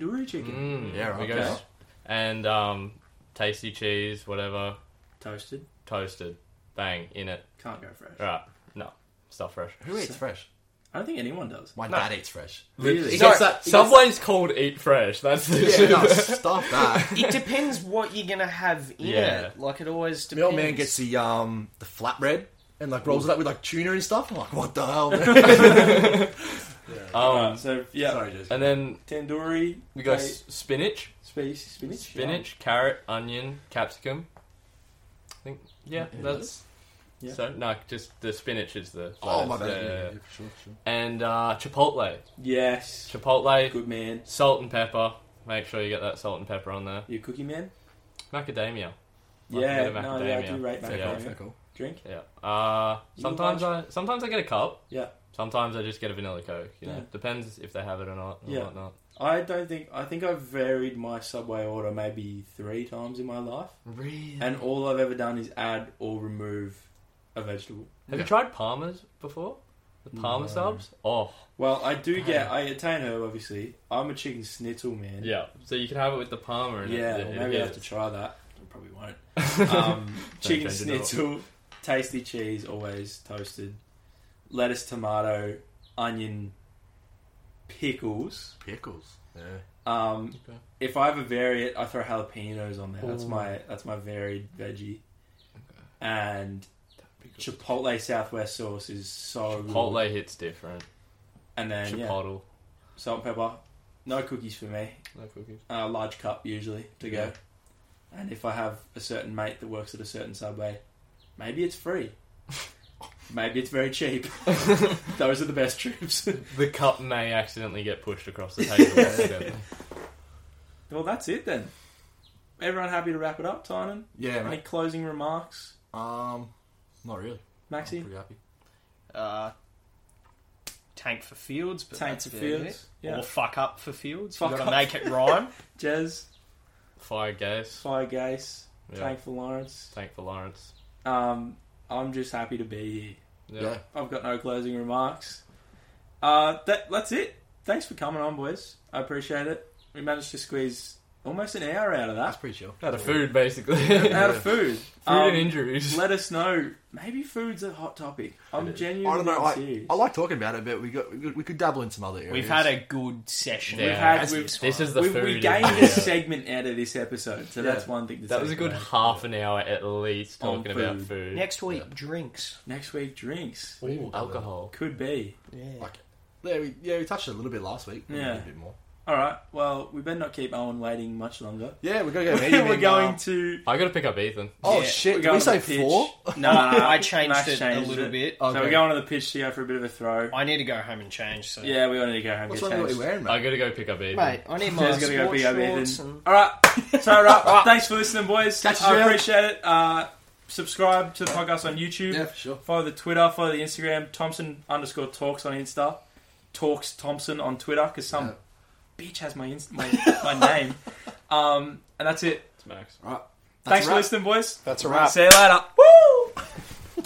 Speaker 1: tandoori chicken,
Speaker 4: Mm,
Speaker 2: Yeah,
Speaker 4: we
Speaker 2: right,
Speaker 4: go
Speaker 1: okay.
Speaker 4: s- and um, tasty cheese, whatever,
Speaker 1: toasted,
Speaker 4: toasted, bang in it.
Speaker 1: can't go fresh.
Speaker 4: Right, no, stuff fresh.
Speaker 2: Who eats fresh?
Speaker 1: I don't think anyone does.
Speaker 2: My dad eats fresh.
Speaker 1: Really?
Speaker 2: He
Speaker 4: No,
Speaker 2: gets that- he gets
Speaker 4: Subway's called Eat Fresh. That's the
Speaker 2: Yeah, no, stop that.
Speaker 3: It depends what you're gonna have in
Speaker 4: Yeah.
Speaker 3: it. Like it always
Speaker 2: The
Speaker 3: depends.
Speaker 2: old man gets the um the flatbread and like rolls it up with like tuna and stuff. I'm like, what the hell?
Speaker 4: Um,
Speaker 1: Right, Uh, so yeah,
Speaker 2: Sorry, Jason.
Speaker 4: and then
Speaker 1: tandoori.
Speaker 4: um, we got
Speaker 1: ta-
Speaker 4: s- spinach,
Speaker 1: spe- spinach.
Speaker 4: spinach, carrot, onion, capsicum. I think yeah,
Speaker 2: Yeah,
Speaker 4: that's.
Speaker 1: yeah.
Speaker 4: So no, just the spinach is the.
Speaker 2: oh
Speaker 4: flavours,
Speaker 2: my bad.
Speaker 4: yeah,
Speaker 2: Yeah,
Speaker 4: yeah, yeah.
Speaker 2: yeah, for sure, for sure.
Speaker 4: And uh, chipotle,
Speaker 1: Yes,
Speaker 4: chipotle,
Speaker 1: good man.
Speaker 4: salt and pepper. Make sure you get that salt and pepper on there.
Speaker 1: You a cookie man?
Speaker 4: Macadamia. Like
Speaker 1: yeah,
Speaker 4: a bit of
Speaker 1: no, yeah, I
Speaker 4: macadamia.
Speaker 1: do rate
Speaker 2: Fair
Speaker 1: macadamia.
Speaker 2: call, fair call.
Speaker 1: Drink.
Speaker 4: Yeah. Uh,
Speaker 1: You
Speaker 4: sometimes I sometimes I get a cup.
Speaker 1: Yeah.
Speaker 4: Sometimes I just get a vanilla coke. You know,
Speaker 1: Yeah.
Speaker 4: depends if they have it or not. Or
Speaker 1: Yeah.
Speaker 4: Whatnot.
Speaker 1: I don't think I think I've varied my subway order maybe three times in my life,
Speaker 4: Really?
Speaker 1: and all I've ever done is add or remove a vegetable.
Speaker 4: Have
Speaker 2: Yeah.
Speaker 4: you tried Palmer's before? The Palmer
Speaker 1: No.
Speaker 4: subs? Oh,
Speaker 1: Well, I do get I attain herb obviously. I'm a chicken schnitzel man.
Speaker 4: yeah. So you can have it with the Palmer. And
Speaker 1: yeah.
Speaker 4: it,
Speaker 1: well,
Speaker 4: it
Speaker 1: maybe I have
Speaker 4: hits.
Speaker 1: to try that. I probably won't. Um, chicken
Speaker 4: change it up.
Speaker 1: schnitzel, tasty cheese, always toasted, lettuce, tomato, onion, pickles.
Speaker 2: Pickles. Yeah.
Speaker 1: Um,
Speaker 4: Okay.
Speaker 1: if I ever vary it, I throw jalapenos on there. That's my that's my varied veggie. And chipotle southwest sauce is so good.
Speaker 4: Chipotle hits different.
Speaker 1: And then yeah,
Speaker 4: Chipotle.
Speaker 1: salt and pepper. No cookies for me.
Speaker 4: No cookies.
Speaker 1: A large cup usually to go.
Speaker 4: Yeah.
Speaker 1: And if I have a certain mate that works at a certain subway, maybe it's free. maybe it's very cheap. Those are the best trips.
Speaker 4: The cup may accidentally get pushed across the table.
Speaker 1: well, that's it then. Everyone happy to wrap it up, Tynan?
Speaker 2: Yeah.
Speaker 1: Any
Speaker 2: Mate.
Speaker 1: closing remarks,
Speaker 2: Um, not really. I'm
Speaker 1: Maxi?
Speaker 2: pretty happy.
Speaker 3: uh, tank for Fields, but
Speaker 1: Tank
Speaker 3: that's
Speaker 1: for
Speaker 3: about
Speaker 1: Fields.
Speaker 3: it.
Speaker 1: Yeah.
Speaker 3: or fuck up for Fields.
Speaker 1: Fuck
Speaker 3: you gotta
Speaker 1: up.
Speaker 3: make it rhyme.
Speaker 1: Jez,
Speaker 4: Fire gas.
Speaker 1: Fire Gase,
Speaker 4: Yeah.
Speaker 1: Tank for Lawrence.
Speaker 4: Tank for Lawrence.
Speaker 1: Um, I'm just happy to be here.
Speaker 4: Yeah.
Speaker 2: yeah.
Speaker 1: I've got no closing remarks. Uh, that that's it. Thanks for coming on, boys. I appreciate it. We managed to squeeze almost an hour out of
Speaker 2: That's
Speaker 1: that.
Speaker 2: pretty chill.
Speaker 4: Out of food, basically.
Speaker 1: out
Speaker 4: Food
Speaker 1: of food.
Speaker 4: and
Speaker 1: Um,
Speaker 4: injuries.
Speaker 1: let us know. Maybe food's a hot topic. I'm
Speaker 4: It is.
Speaker 1: genuinely
Speaker 2: I don't know. I,
Speaker 1: serious.
Speaker 2: I like talking about it, but we got we could, we could dabble in some other areas.
Speaker 3: We've had a good session.
Speaker 4: Yeah.
Speaker 1: We've had
Speaker 2: That's-
Speaker 1: we've,
Speaker 2: it's
Speaker 4: This is the
Speaker 1: we,
Speaker 4: food.
Speaker 1: we gained
Speaker 4: Yeah.
Speaker 1: a segment out of this episode, so
Speaker 2: Yeah.
Speaker 1: that's one thing. To
Speaker 4: That was a
Speaker 1: take
Speaker 4: good
Speaker 1: away.
Speaker 4: half an hour at least
Speaker 1: On
Speaker 4: talking about
Speaker 1: food.
Speaker 4: food.
Speaker 3: Next week, drinks.
Speaker 1: Next week, drinks
Speaker 4: Ooh, alcohol.
Speaker 1: could be.
Speaker 3: Yeah.
Speaker 2: Like, yeah, we, yeah, we touched it a little bit last week.
Speaker 1: Yeah.
Speaker 2: a bit more.
Speaker 1: All right. Well, we better not keep Owen waiting much longer.
Speaker 2: Yeah, we're gonna go. meet him
Speaker 1: We're
Speaker 2: in,
Speaker 1: going
Speaker 2: uh,
Speaker 1: to.
Speaker 4: I gotta pick up Ethan.
Speaker 2: oh
Speaker 3: Yeah,
Speaker 1: we're
Speaker 2: shit! Did
Speaker 1: going
Speaker 2: we
Speaker 1: to
Speaker 2: say
Speaker 1: the pitch.
Speaker 2: four?
Speaker 1: No, no, no.
Speaker 3: Uh, I changed
Speaker 1: Max
Speaker 3: it
Speaker 1: changed
Speaker 3: a little
Speaker 1: it.
Speaker 3: bit.
Speaker 1: So we're going to the pitch to go for a bit of a throw.
Speaker 3: I need to go home and change. So
Speaker 1: Yeah, we all need to go home.
Speaker 2: What's
Speaker 1: get
Speaker 2: wrong with what
Speaker 1: changed.
Speaker 2: you're wearing,
Speaker 4: I
Speaker 2: mate?
Speaker 4: gotta go pick up Ethan.
Speaker 3: mate, I need my
Speaker 1: Jez
Speaker 3: sports
Speaker 1: gonna go pick up
Speaker 3: shorts.
Speaker 1: Ethan.
Speaker 3: And...
Speaker 1: All right, so right. Thanks for listening, boys.
Speaker 2: Catch you
Speaker 1: I
Speaker 2: around.
Speaker 1: appreciate it. Uh, subscribe to the podcast on YouTube.
Speaker 2: Yeah, for sure.
Speaker 1: Follow the Twitter. Follow the Instagram. Thompson underscore talks on Insta. Talks Thompson on Twitter because some bitch has my inst- my, my name. Um, and that's it.
Speaker 4: It's Max.
Speaker 1: Thanks for listening,
Speaker 2: listening.
Speaker 1: boys.
Speaker 5: That's a wrap.
Speaker 1: See you later.